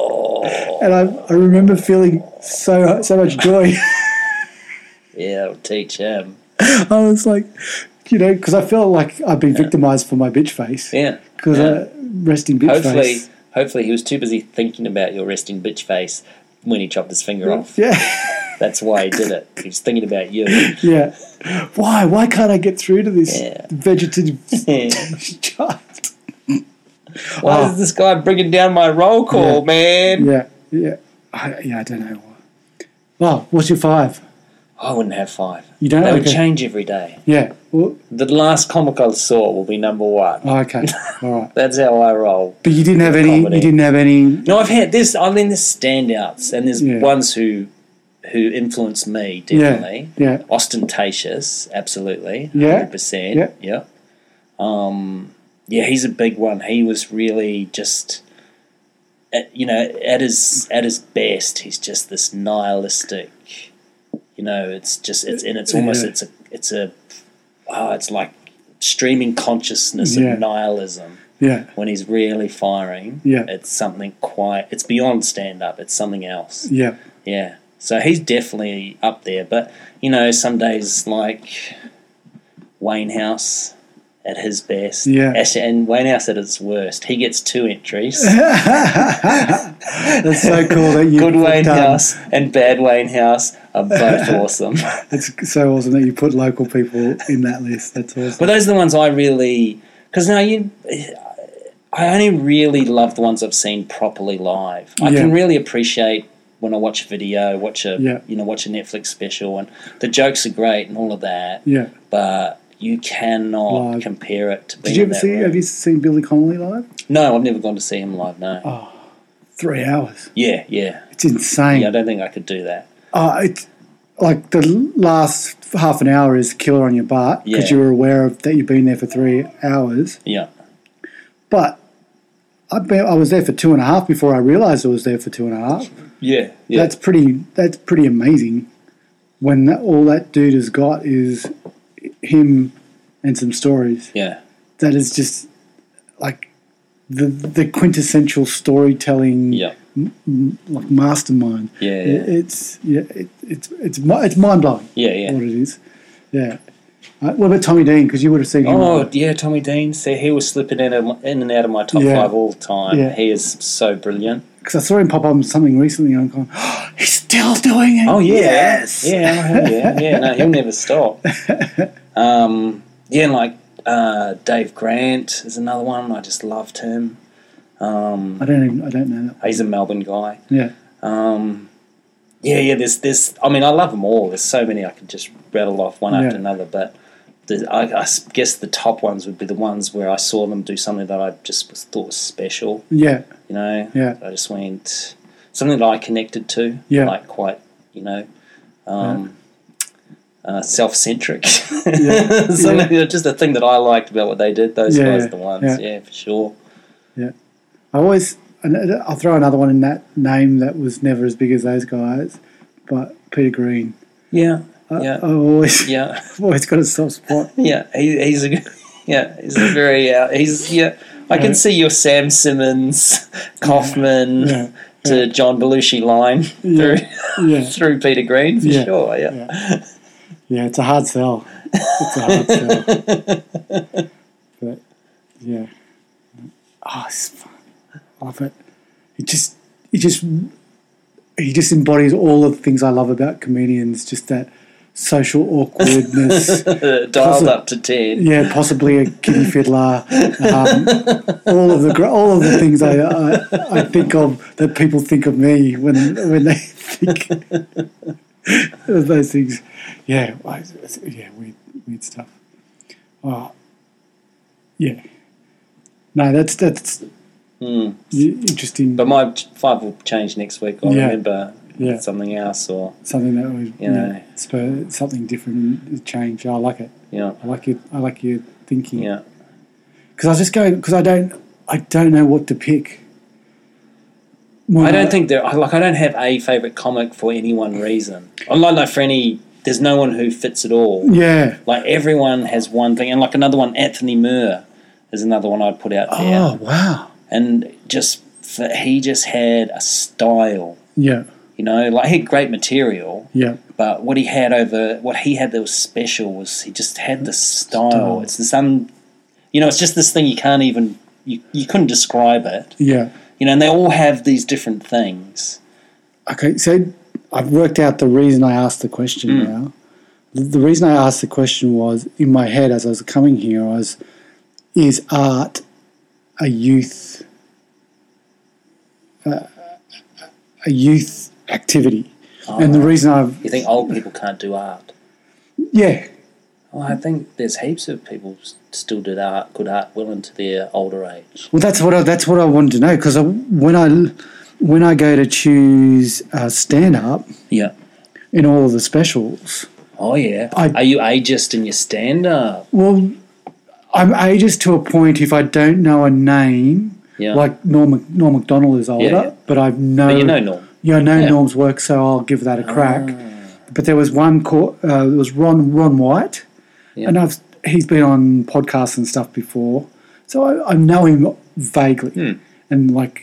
[SPEAKER 3] And I, I remember feeling so so much joy.
[SPEAKER 4] Yeah, it'll teach him.
[SPEAKER 3] I was like, you know, because I felt like I've been victimized for my bitch face.
[SPEAKER 4] Yeah.
[SPEAKER 3] Because
[SPEAKER 4] Yeah.
[SPEAKER 3] I resting bitch
[SPEAKER 4] Hopefully,
[SPEAKER 3] uh, face.
[SPEAKER 4] hopefully he was too busy thinking about your resting bitch face when he chopped his finger off.
[SPEAKER 3] Yeah.
[SPEAKER 4] That's why he did it. He was thinking about you.
[SPEAKER 3] yeah. Why? Why can't I get through to this
[SPEAKER 4] Yeah.
[SPEAKER 3] vegetative child?
[SPEAKER 4] Why
[SPEAKER 3] Oh.
[SPEAKER 4] is this guy bringing down my roll call,
[SPEAKER 3] Yeah.
[SPEAKER 4] man?
[SPEAKER 3] Yeah. Yeah. I, yeah. I don't know. why. Well, what's your five?
[SPEAKER 4] I wouldn't have five.
[SPEAKER 3] You don't?
[SPEAKER 4] They would
[SPEAKER 3] Okay.
[SPEAKER 4] change every day.
[SPEAKER 3] Yeah. Well,
[SPEAKER 4] The last comic I saw will be number one.
[SPEAKER 3] oh, okay. All right.
[SPEAKER 4] That's how I roll.
[SPEAKER 3] But you didn't have any.
[SPEAKER 4] Comedy.
[SPEAKER 3] You didn't have any.
[SPEAKER 4] No, I've had this. I mean, there's standouts, and there's
[SPEAKER 3] Yeah.
[SPEAKER 4] ones who who influenced me
[SPEAKER 3] Yeah.
[SPEAKER 4] definitely.
[SPEAKER 3] Yeah.
[SPEAKER 4] Ostentatious, absolutely,
[SPEAKER 3] Yeah.
[SPEAKER 4] hundred percent.
[SPEAKER 3] Yeah.
[SPEAKER 4] yeah. Um, yeah, he's a big one. He was really just, at, you know, at his at his best, he's just this nihilistic. You know, it's just it's and it's almost
[SPEAKER 3] Yeah.
[SPEAKER 4] it's a it's a, oh, it's like streaming consciousness
[SPEAKER 3] Yeah.
[SPEAKER 4] of nihilism
[SPEAKER 3] Yeah.
[SPEAKER 4] when he's really firing,
[SPEAKER 3] Yeah.
[SPEAKER 4] it's something quite. It's beyond stand up. It's something else.
[SPEAKER 3] Yeah.
[SPEAKER 4] Yeah. So he's definitely up there. But you know, some days like Wayne House at his best.
[SPEAKER 3] Yeah.
[SPEAKER 4] Actually, and Wayne House at its worst. He gets two entries.
[SPEAKER 3] That's so cool that you.
[SPEAKER 4] Good
[SPEAKER 3] put
[SPEAKER 4] Wayne
[SPEAKER 3] down-
[SPEAKER 4] House and bad Wayne House are both awesome.
[SPEAKER 3] It's so awesome that you put local people in that list. That's awesome.
[SPEAKER 4] But those are the ones I really because now you. I only really love the ones I've seen properly live. I
[SPEAKER 3] Yeah.
[SPEAKER 4] can really appreciate when I watch a video, watch a
[SPEAKER 3] Yeah.
[SPEAKER 4] you know watch a Netflix special, and the jokes are great and all of that.
[SPEAKER 3] Yeah.
[SPEAKER 4] But you cannot
[SPEAKER 3] Live.
[SPEAKER 4] compare it to. Being
[SPEAKER 3] Did you
[SPEAKER 4] in
[SPEAKER 3] ever
[SPEAKER 4] that
[SPEAKER 3] see?
[SPEAKER 4] room.
[SPEAKER 3] Have you seen Billy Connolly live?
[SPEAKER 4] No, I've never gone to see him live. No.
[SPEAKER 3] Oh. Three hours.
[SPEAKER 4] Yeah, yeah,
[SPEAKER 3] It's insane.
[SPEAKER 4] yeah. I don't think I could do that.
[SPEAKER 3] Uh, it's like the last half an hour is killer on your butt because
[SPEAKER 4] Yeah.
[SPEAKER 3] you're aware of that you've been there for three hours.
[SPEAKER 4] Yeah,
[SPEAKER 3] But I be, I was there for two and a half before I realised I was there for two and a half.
[SPEAKER 4] yeah, yeah.
[SPEAKER 3] That's pretty. That's pretty amazing. When that, all that dude has got is him and some stories.
[SPEAKER 4] yeah,
[SPEAKER 3] That is just like the the quintessential storytelling
[SPEAKER 4] yeah,
[SPEAKER 3] like mastermind.
[SPEAKER 4] Yeah,
[SPEAKER 3] It-
[SPEAKER 4] yeah.
[SPEAKER 3] it's yeah, it, it's it's mi- it's mind blowing.
[SPEAKER 4] yeah, yeah.
[SPEAKER 3] what it is. Yeah. Uh, what about Tommy Dean? Because you would have seen him. Uh,
[SPEAKER 4] Oh yeah, Tommy Dean. So he was slipping in and, in and out of my top
[SPEAKER 3] Yeah.
[SPEAKER 4] five all the time.
[SPEAKER 3] Yeah.
[SPEAKER 4] He is so brilliant.
[SPEAKER 3] Because I saw him pop up on something recently. And I'm going, oh, he's still doing it.
[SPEAKER 4] Oh yeah,
[SPEAKER 3] Yes.
[SPEAKER 4] yeah, oh, hell yeah, yeah. No, he'll never stop. Um, yeah, and like uh, Dave Grant is another one. I just loved him. Um,
[SPEAKER 3] I don't even. I don't know that.
[SPEAKER 4] he's a Melbourne guy.
[SPEAKER 3] Yeah.
[SPEAKER 4] Um, yeah, yeah. There's, there's. I mean, I love them all. There's so many I could just rattle off one
[SPEAKER 3] Yeah.
[SPEAKER 4] after another. But the, I, I s- guess the top ones would be the ones where I saw them do something that I just was, thought was special.
[SPEAKER 3] Yeah.
[SPEAKER 4] You know,
[SPEAKER 3] Yeah.
[SPEAKER 4] I just went something that I connected to.
[SPEAKER 3] Yeah.
[SPEAKER 4] like quite. You know, um, uh, self-centric. something that- just a thing that I liked about what they did. Those
[SPEAKER 3] Yeah,
[SPEAKER 4] guys
[SPEAKER 3] yeah,
[SPEAKER 4] are the ones.
[SPEAKER 3] yeah.
[SPEAKER 4] Yeah, for sure.
[SPEAKER 3] I always. and I'll throw another one in that name that was never as big as those guys, but Peter Green.
[SPEAKER 4] Yeah,
[SPEAKER 3] I,
[SPEAKER 4] yeah,
[SPEAKER 3] I've always,
[SPEAKER 4] yeah.
[SPEAKER 3] I've always got a soft spot.
[SPEAKER 4] Yeah, he, he's a yeah, he's a very uh, he's yeah. I
[SPEAKER 3] Yeah.
[SPEAKER 4] can see your Sam Simmons, Kaufman
[SPEAKER 3] Yeah.
[SPEAKER 4] to John Belushi line
[SPEAKER 3] Yeah.
[SPEAKER 4] through
[SPEAKER 3] Yeah.
[SPEAKER 4] through Peter Green for
[SPEAKER 3] Yeah.
[SPEAKER 4] sure. Yeah.
[SPEAKER 3] Yeah. Yeah, it's a hard sell. It's a hard sell. but yeah, oh, it's fun. I love it. It just, it just, he just embodies all of the things I love about comedians. Just that social awkwardness.
[SPEAKER 4] Uh, dialed
[SPEAKER 3] Possib-
[SPEAKER 4] up to ten.
[SPEAKER 3] yeah, possibly a kiddie fiddler. Um, all of the gr- all of the things I, I I think of that people think of me when when they think of those things. Yeah, I, it's- yeah, weird weird stuff. Oh, yeah. No, that's that's
[SPEAKER 4] Hmm.
[SPEAKER 3] i- interesting.
[SPEAKER 4] But my ch- five will change next week. I'll
[SPEAKER 3] Yeah.
[SPEAKER 4] remember
[SPEAKER 3] Yeah.
[SPEAKER 4] something else or
[SPEAKER 3] something that would you know,
[SPEAKER 4] Yeah.
[SPEAKER 3] spur something different, and change. I like it.
[SPEAKER 4] you know,
[SPEAKER 3] I like your I like your thinking.
[SPEAKER 4] yeah.
[SPEAKER 3] because I was just going because I don't I don't know what to pick. Well,
[SPEAKER 4] I don't think there. I- Like, I don't have a favorite comic for any one reason. I'm like, no, for any. There's no one who fits it all.
[SPEAKER 3] Yeah.
[SPEAKER 4] Like everyone has one thing, and like another one, Anthony Moore is another one I put out there,
[SPEAKER 3] Oh wow.
[SPEAKER 4] and just for, he just had a style,
[SPEAKER 3] Yeah.
[SPEAKER 4] you You know, like he had great material,
[SPEAKER 3] Yeah.
[SPEAKER 4] but what he had over what he had that was special was he just had this style.
[SPEAKER 3] Style.
[SPEAKER 4] It's this un, you know, it's just this thing you can't even you, you couldn't describe it.
[SPEAKER 3] Yeah.
[SPEAKER 4] You know, and they all have these different things.
[SPEAKER 3] Okay, so I've worked out the reason I asked the question
[SPEAKER 4] Mm.
[SPEAKER 3] now. The the reason I asked the question was in my head as I was coming here I was is art a youth uh, a youth activity? and
[SPEAKER 4] Oh.
[SPEAKER 3] the reason I've
[SPEAKER 4] You think old people can't do art?
[SPEAKER 3] yeah,
[SPEAKER 4] Well, I think there's heaps of people s- still did art, good art, well into their older age.
[SPEAKER 3] Well, that's what I, that's what I wanted to know because I, when I when I go to choose uh, stand up
[SPEAKER 4] Yeah.
[SPEAKER 3] in all of the specials,
[SPEAKER 4] Oh yeah.
[SPEAKER 3] I-
[SPEAKER 4] Are you ageist in your stand up?
[SPEAKER 3] well, I'm ageist to a point if I don't know a name.
[SPEAKER 4] Yeah.
[SPEAKER 3] Like Norm Mac- Norm Macdonald is older,
[SPEAKER 4] yeah.
[SPEAKER 3] but I've known
[SPEAKER 4] But you know Norm.
[SPEAKER 3] yeah, I know
[SPEAKER 4] Yeah. Ah.
[SPEAKER 3] Norm's work, so I'll give that a crack. But there was one co- uh, there was Ron Ron White,
[SPEAKER 4] Yeah.
[SPEAKER 3] and I've he's been on podcasts and stuff before, so I, I know him vaguely
[SPEAKER 4] Hmm.
[SPEAKER 3] and like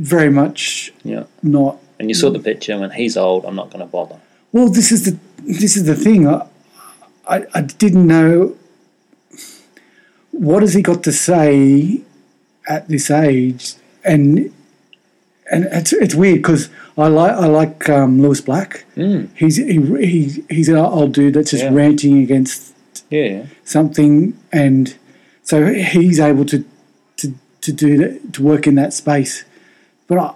[SPEAKER 3] very much
[SPEAKER 4] Yeah.
[SPEAKER 3] not
[SPEAKER 4] And you saw the picture. When he's old, I'm not going to bother.
[SPEAKER 3] Well, this is the this is the thing. I, I, I didn't know what has he got to say at this age, and and it's it's weird because I like I like um, Lewis Black. He's he, he he's an old dude that's just
[SPEAKER 4] Yeah.
[SPEAKER 3] ranting against
[SPEAKER 4] Yeah.
[SPEAKER 3] something, and so he's able to to to do that, to work in that space. But I,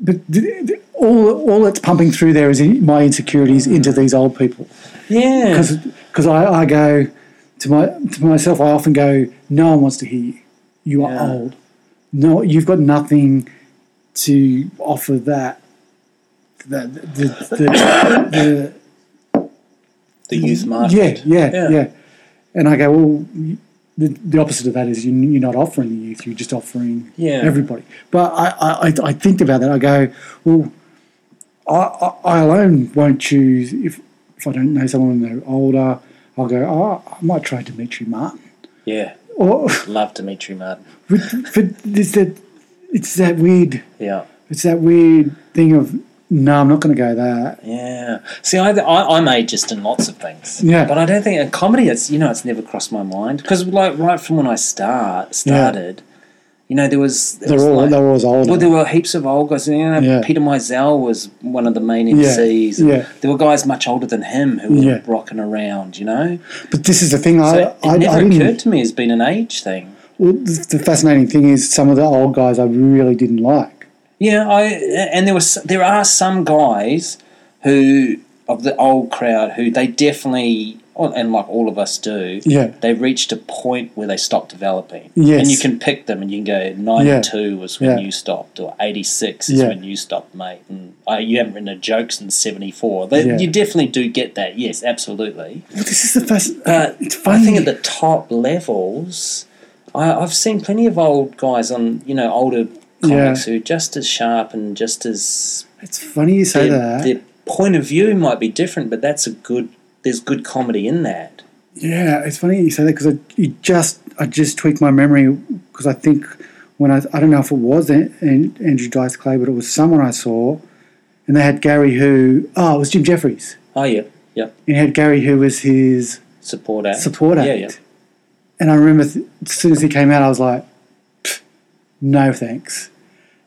[SPEAKER 3] but th- th- all all that's pumping through there is in, my insecurities into these old people
[SPEAKER 4] Yeah.
[SPEAKER 3] because I, I go to my to myself. I often go, no one wants to hear you. You are
[SPEAKER 4] Yeah.
[SPEAKER 3] old. No, you've got nothing to offer that. That the, the, the,
[SPEAKER 4] The youth market.
[SPEAKER 3] yeah, yeah,
[SPEAKER 4] Yeah.
[SPEAKER 3] yeah, And I go, well, you- the, the opposite of that is you, you're not offering the youth, you're just offering
[SPEAKER 4] Yeah.
[SPEAKER 3] everybody. But I, I, I- I think about that. I go, well, I, I, I alone won't choose if, if I don't know someone and they're older. I'll go, oh, I might try Dimitri Martin.
[SPEAKER 4] Yeah.
[SPEAKER 3] Or,
[SPEAKER 4] Love Dimitri Martin.
[SPEAKER 3] but, but it's that, it's that weird,
[SPEAKER 4] Yeah.
[SPEAKER 3] it's that weird thing of, no, I'm not going to go there.
[SPEAKER 4] Yeah. See, I, I, I'm ageist in lots of things.
[SPEAKER 3] Yeah.
[SPEAKER 4] But I don't think in comedy, it's, you know, it's never crossed my mind. Because, like, right from when I start started, you know, there was. there
[SPEAKER 3] They're
[SPEAKER 4] was
[SPEAKER 3] all,
[SPEAKER 4] like-
[SPEAKER 3] they're always older.
[SPEAKER 4] Well, there were heaps of old guys. You know,
[SPEAKER 3] Yeah.
[SPEAKER 4] Peter Mizell was one of the main MCs. and
[SPEAKER 3] yeah.
[SPEAKER 4] There were guys much older than him who were
[SPEAKER 3] Yeah.
[SPEAKER 4] rocking around, you know?
[SPEAKER 3] but this is the thing. I,
[SPEAKER 4] So it
[SPEAKER 3] I,
[SPEAKER 4] never
[SPEAKER 3] I didn't,
[SPEAKER 4] occurred to me as being an age thing.
[SPEAKER 3] Well, the, the fascinating thing is some of the old guys I really didn't like.
[SPEAKER 4] Yeah, I and there was there are some guys who of the old crowd who they definitely oh, and like all of us do.
[SPEAKER 3] Yeah.
[SPEAKER 4] they reached a point where they stopped developing.
[SPEAKER 3] Yes.
[SPEAKER 4] and you can pick them, and you can go ninety two was when
[SPEAKER 3] Yeah.
[SPEAKER 4] you stopped, or eighty six is
[SPEAKER 3] Yeah.
[SPEAKER 4] when you stopped, mate. And uh, you haven't written a joke since seventy four. They
[SPEAKER 3] Yeah.
[SPEAKER 4] You definitely do get that. Yes, absolutely.
[SPEAKER 3] Well, this is the fascinating.
[SPEAKER 4] But
[SPEAKER 3] it's
[SPEAKER 4] Uh, I
[SPEAKER 3] funny.
[SPEAKER 4] think at the top levels, I, I've seen plenty of old guys on, you know, older comics who are just as sharp and just as
[SPEAKER 3] it's funny you say
[SPEAKER 4] their,
[SPEAKER 3] that.
[SPEAKER 4] their point of view might be different, but that's a good. There's good comedy in that.
[SPEAKER 3] yeah, it's funny you say that because I you just I just tweaked my memory because I think when I I don't know if it was An- An- Andrew Dice Clay, but it was someone I saw, and they had Gary who oh it was Jim Jeffries.
[SPEAKER 4] Oh yeah, yeah.
[SPEAKER 3] And he had Gary who was his
[SPEAKER 4] Support act.
[SPEAKER 3] support act.
[SPEAKER 4] Yeah, yeah.
[SPEAKER 3] And I remember th- as soon as he came out, I was like, "Pfft, no thanks.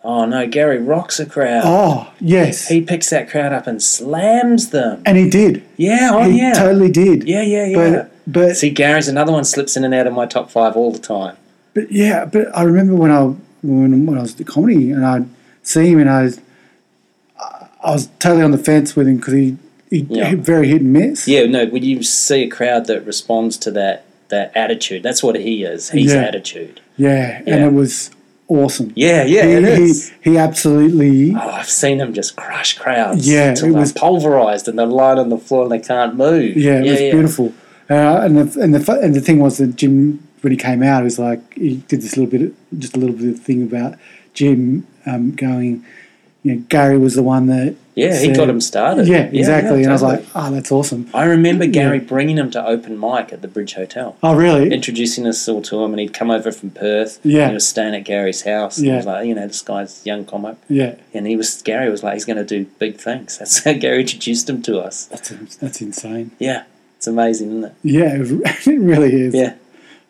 [SPEAKER 4] Oh no, Gary rocks a crowd.
[SPEAKER 3] Oh yes,
[SPEAKER 4] He picks that crowd up and slams them.
[SPEAKER 3] and he did.
[SPEAKER 4] Yeah, oh
[SPEAKER 3] he
[SPEAKER 4] yeah,
[SPEAKER 3] totally did.
[SPEAKER 4] yeah, yeah, yeah.
[SPEAKER 3] But, but,
[SPEAKER 4] See, Gary's another one slips in and out of my top five all the time.
[SPEAKER 3] but yeah, but I remember when I when, when I was at the comedy and I'd see him and I was I- I was totally on the fence with him because he, he
[SPEAKER 4] Yeah.
[SPEAKER 3] he very hit and miss.
[SPEAKER 4] Yeah, no, when you see a crowd that responds to that that attitude, that's what he is. He's
[SPEAKER 3] Yeah.
[SPEAKER 4] attitude.
[SPEAKER 3] Yeah, and
[SPEAKER 4] Yeah.
[SPEAKER 3] it was awesome.
[SPEAKER 4] Yeah, yeah,
[SPEAKER 3] he,
[SPEAKER 4] it
[SPEAKER 3] he-
[SPEAKER 4] is.
[SPEAKER 3] He, absolutely.
[SPEAKER 4] Oh, I've seen him just crush crowds.
[SPEAKER 3] Yeah,
[SPEAKER 4] till
[SPEAKER 3] it
[SPEAKER 4] they're
[SPEAKER 3] was-
[SPEAKER 4] pulverized and they're lying on the floor and they can't move.
[SPEAKER 3] Yeah, it was beautiful. Uh, and the and the fu- and the thing was that Jim when he came out, it was like he did this little bit, of, just a little bit of thing about Jim um, going. you know, Gary was the one that.
[SPEAKER 4] Yeah, he
[SPEAKER 3] said-
[SPEAKER 4] got him started.
[SPEAKER 3] Yeah, exactly. and I was
[SPEAKER 4] totally.
[SPEAKER 3] like, oh, that's awesome.
[SPEAKER 4] I remember Gary
[SPEAKER 3] Yeah.
[SPEAKER 4] bringing him to open mic at the Bridge Hotel,
[SPEAKER 3] Oh, really?
[SPEAKER 4] introducing us all to him, and he'd come over from Perth.
[SPEAKER 3] Yeah.
[SPEAKER 4] and he was staying at Gary's house. and he
[SPEAKER 3] Yeah.
[SPEAKER 4] was like, you know, this guy's a young comic,
[SPEAKER 3] yeah.
[SPEAKER 4] and he was Gary was like, he's going to do big things. That's how Gary introduced him to us.
[SPEAKER 3] That's, that's insane.
[SPEAKER 4] Yeah, it's amazing, isn't it?
[SPEAKER 3] Yeah, it really is.
[SPEAKER 4] Yeah.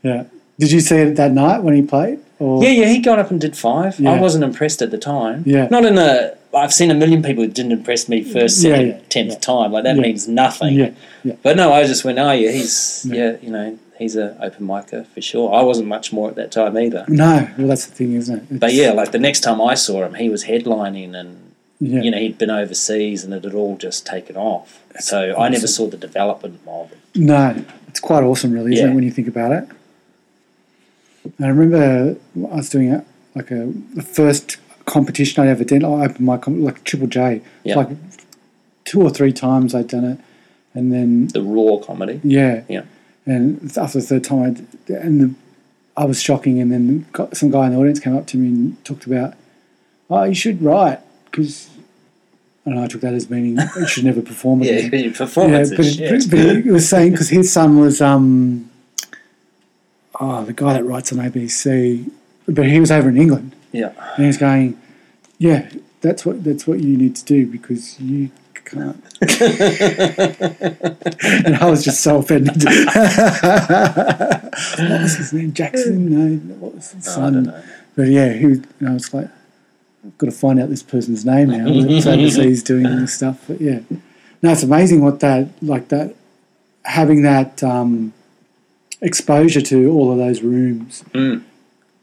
[SPEAKER 3] Yeah. Did you see it that night when he played? Or
[SPEAKER 4] Yeah, yeah, he got up and did five. I
[SPEAKER 3] Yeah.
[SPEAKER 4] wasn't impressed at the time.
[SPEAKER 3] Yeah.
[SPEAKER 4] Not in a. I've seen a million people who didn't impress me first,
[SPEAKER 3] Yeah,
[SPEAKER 4] second,
[SPEAKER 3] yeah,
[SPEAKER 4] tenth
[SPEAKER 3] yeah.
[SPEAKER 4] time. Like that
[SPEAKER 3] Yeah.
[SPEAKER 4] means nothing.
[SPEAKER 3] Yeah, yeah.
[SPEAKER 4] But no, I just went, oh yeah, he's yeah, you know, he's a open micer for sure. I wasn't much more at that time either.
[SPEAKER 3] No. Well, that's the thing, isn't it? It's-
[SPEAKER 4] But yeah, like the next time I saw him, he was headlining and
[SPEAKER 3] yeah.
[SPEAKER 4] you know he'd been overseas and it had all just taken off. So I never saw the development of it.
[SPEAKER 3] No, it's quite awesome, really, isn't
[SPEAKER 4] Yeah.
[SPEAKER 3] it, when you think about it? I remember I was doing a, like a the first competition I'd ever done. I opened my com- like Triple J,
[SPEAKER 4] Yeah.
[SPEAKER 3] like two or three times I'd done it, and then
[SPEAKER 4] the raw comedy.
[SPEAKER 3] yeah,
[SPEAKER 4] Yeah,
[SPEAKER 3] and after the third time, I d- and the, I was shocking, and then got, some guy in the audience came up to me and talked about, oh, you should write because. I don't know, I took that as meaning you should never perform
[SPEAKER 4] yeah,
[SPEAKER 3] again.
[SPEAKER 4] your performance
[SPEAKER 3] Yeah, but,
[SPEAKER 4] is
[SPEAKER 3] it,
[SPEAKER 4] shit.
[SPEAKER 3] but it was saying because his son was um, oh, the guy that writes on ABC, but he was over in England,
[SPEAKER 4] yeah,
[SPEAKER 3] and he was going, yeah, that's what that's what you need to do because you can't. and I was just so offended. what was his name? Jackson? No, what was his
[SPEAKER 4] Oh, I
[SPEAKER 3] son?
[SPEAKER 4] don't know.
[SPEAKER 3] But yeah, he was, and I was like, I've got to find out this person's name now. It's overseas doing this stuff. But yeah, no, it's amazing what that like that having that um, exposure to all of those rooms
[SPEAKER 4] Mm.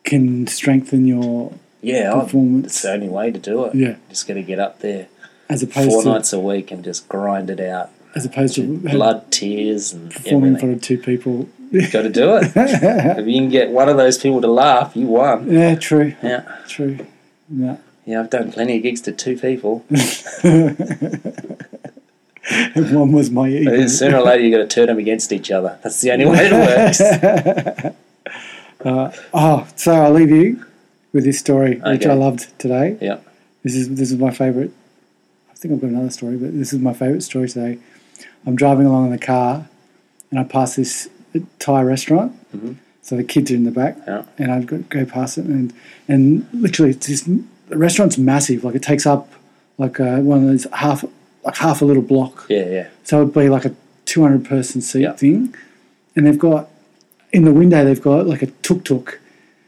[SPEAKER 3] can strengthen your
[SPEAKER 4] Yeah, I've-
[SPEAKER 3] performance.
[SPEAKER 4] It's the only way to do it.
[SPEAKER 3] Yeah.
[SPEAKER 4] Just got to get up there
[SPEAKER 3] as
[SPEAKER 4] four
[SPEAKER 3] opposed to
[SPEAKER 4] nights a week and just grind it out.
[SPEAKER 3] as opposed to
[SPEAKER 4] Blood, tears, and
[SPEAKER 3] performing in
[SPEAKER 4] everything.
[SPEAKER 3] front of two people.
[SPEAKER 4] got to do it. if you can get one of those people to laugh, you won.
[SPEAKER 3] Yeah, true,
[SPEAKER 4] Yeah.
[SPEAKER 3] true. Yeah.
[SPEAKER 4] Yeah, I've done plenty of gigs to two people.
[SPEAKER 3] One was my
[SPEAKER 4] But
[SPEAKER 3] ego.
[SPEAKER 4] then sooner or later, you got to turn them against each other. That's the only way it works.
[SPEAKER 3] Oh, so I'll leave you with this story, which
[SPEAKER 4] Okay.
[SPEAKER 3] I loved today.
[SPEAKER 4] Yeah.
[SPEAKER 3] This is this is my favourite. I think I've got another story, but this is my favourite story today. I'm driving along in the car, and I pass this Thai restaurant. So the kids are in the back,
[SPEAKER 4] Yeah.
[SPEAKER 3] and I go, go past it, and and literally, it's this the restaurant's massive. Like it takes up like uh one of those half like half a little block.
[SPEAKER 4] Yeah, yeah.
[SPEAKER 3] So it'd be like a 200 person seat
[SPEAKER 4] Yeah.
[SPEAKER 3] thing. And they've got, in the window, they've got like a tuk tuk.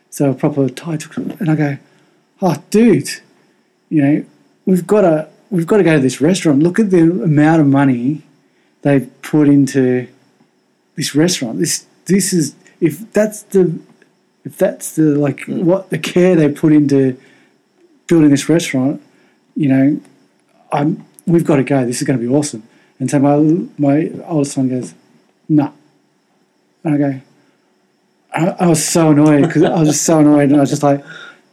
[SPEAKER 3] So a proper Thai tuk tuk. And I go, oh, dude, you know, we've got to. We've got to go to this restaurant. Look at the amount of money they've put into this restaurant. This this is if that's the if that's the like what the care they put into building this restaurant, you know, I'm we've got to go. This is going to be awesome. And so my my oldest son goes, no. And I go, I, I was so annoyed because I was just so annoyed, and I was just like,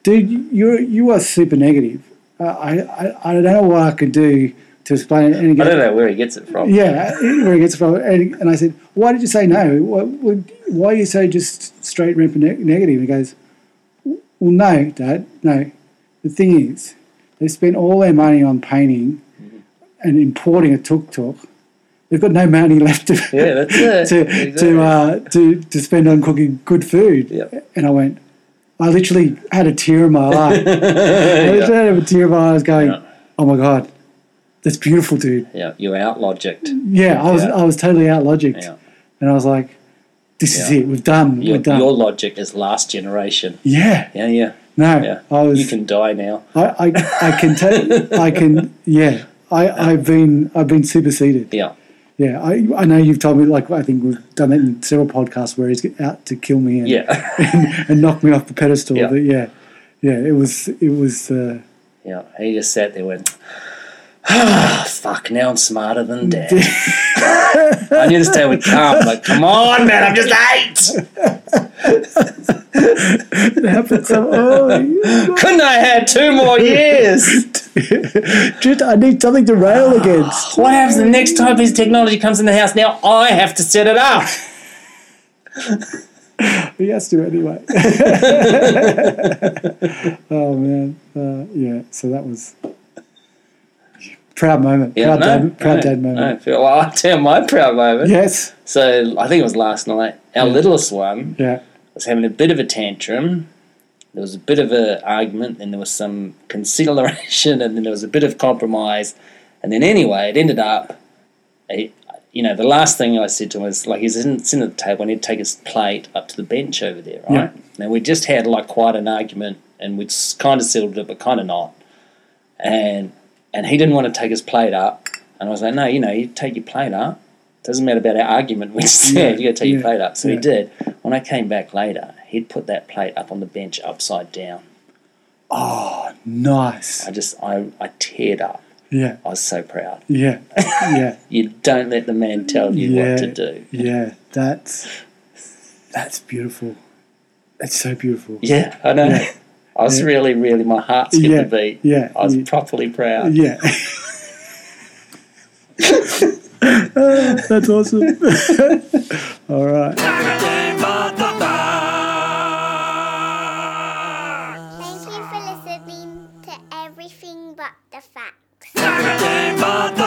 [SPEAKER 3] dude, you you are super negative. I I, I don't know what I could do to explain it. And he
[SPEAKER 4] I
[SPEAKER 3] goes,
[SPEAKER 4] don't know where he gets it from.
[SPEAKER 3] yeah, where he gets it from. And, and I said, why did you say no? Why, why are you so just straight rampant ne- negative? And he goes, well, no, Dad, no. The thing is, they spent all their money on painting
[SPEAKER 4] Mm-hmm.
[SPEAKER 3] and importing a tuk-tuk. They've got no money left to,
[SPEAKER 4] Yeah, that's it.
[SPEAKER 3] to,
[SPEAKER 4] Exactly.
[SPEAKER 3] to, uh, to, to spend on cooking good food.
[SPEAKER 4] Yep.
[SPEAKER 3] And I went, I literally had a tear in my eye. I literally had a tear in my eye. I was going,
[SPEAKER 4] Yeah.
[SPEAKER 3] oh, my God, that's beautiful, dude.
[SPEAKER 4] Yeah, you out logicked.
[SPEAKER 3] Yeah, I was
[SPEAKER 4] Yeah.
[SPEAKER 3] I was totally out logicked,
[SPEAKER 4] Yeah.
[SPEAKER 3] and I was like, "This is
[SPEAKER 4] Yeah.
[SPEAKER 3] it. We've done.
[SPEAKER 4] Your,
[SPEAKER 3] We're done."
[SPEAKER 4] your logic is last generation.
[SPEAKER 3] yeah,
[SPEAKER 4] Yeah, yeah.
[SPEAKER 3] no,
[SPEAKER 4] Yeah.
[SPEAKER 3] I was.
[SPEAKER 4] you can die now.
[SPEAKER 3] I, I, I can tell. I can. Yeah, I, I've been I've been superseded.
[SPEAKER 4] Yeah.
[SPEAKER 3] Yeah, I, I know you've told me like I think we've done that in several podcasts where he's out to kill me and,
[SPEAKER 4] Yeah.
[SPEAKER 3] and, and knock me off the pedestal.
[SPEAKER 4] Yeah.
[SPEAKER 3] But yeah, yeah, it was it was. Uh,
[SPEAKER 4] Yeah, he just sat there and went, ah, fuck, now I'm smarter than dad. I knew this day would come. Like, come on, man, I'm just eight.
[SPEAKER 3] it happened so early.
[SPEAKER 4] Couldn't I have had two more years?
[SPEAKER 3] Just, I need something to rail against.
[SPEAKER 4] What happens the next time this technology comes in the house? Now I have to set it up.
[SPEAKER 3] He has to anyway. oh man, uh, yeah. So that was proud moment.
[SPEAKER 4] Yeah,
[SPEAKER 3] proud
[SPEAKER 4] no,
[SPEAKER 3] dad, proud
[SPEAKER 4] no,
[SPEAKER 3] dad
[SPEAKER 4] No,
[SPEAKER 3] moment.
[SPEAKER 4] Well, I'll tell my proud moment.
[SPEAKER 3] Yes.
[SPEAKER 4] So I think it was last night. Our littlest one
[SPEAKER 3] Yeah.
[SPEAKER 4] was having a bit of a tantrum. There was a bit of an argument, and there was some conciliation, and then there was a bit of compromise, and then anyway, it ended up. It, you know, the last thing I said to him was like, he's sitting sitting at the table, and he'd take his plate up to the bench over there, right? And we just had like quite an argument, and we'd kind of settled it, but kind of not. And and he didn't want to take his plate up, and I was like, no, you know, you take your plate up. Doesn't matter about our argument. We just
[SPEAKER 3] Yeah,
[SPEAKER 4] said you got to take your
[SPEAKER 3] yeah,
[SPEAKER 4] plate up. So he
[SPEAKER 3] yeah.
[SPEAKER 4] did. When I came back later, he'd put that plate up on the bench upside down.
[SPEAKER 3] Nice.
[SPEAKER 4] I just, I, I teared up.
[SPEAKER 3] Yeah.
[SPEAKER 4] I was so proud.
[SPEAKER 3] Yeah. Yeah.
[SPEAKER 4] You don't let the man tell you
[SPEAKER 3] yeah.
[SPEAKER 4] what to do.
[SPEAKER 3] Yeah. That's that's beautiful. That's so beautiful.
[SPEAKER 4] Yeah, I know.
[SPEAKER 3] Yeah.
[SPEAKER 4] I was
[SPEAKER 3] Yeah.
[SPEAKER 4] really, really, my heart skipped
[SPEAKER 3] Yeah,
[SPEAKER 4] a beat.
[SPEAKER 3] yeah,
[SPEAKER 4] I was
[SPEAKER 3] yeah.
[SPEAKER 4] properly proud.
[SPEAKER 3] Yeah. Ah, that's awesome. All right.
[SPEAKER 2] Everything but the facts.
[SPEAKER 1] Thank you for listening to everything but the facts.
[SPEAKER 2] Everything but the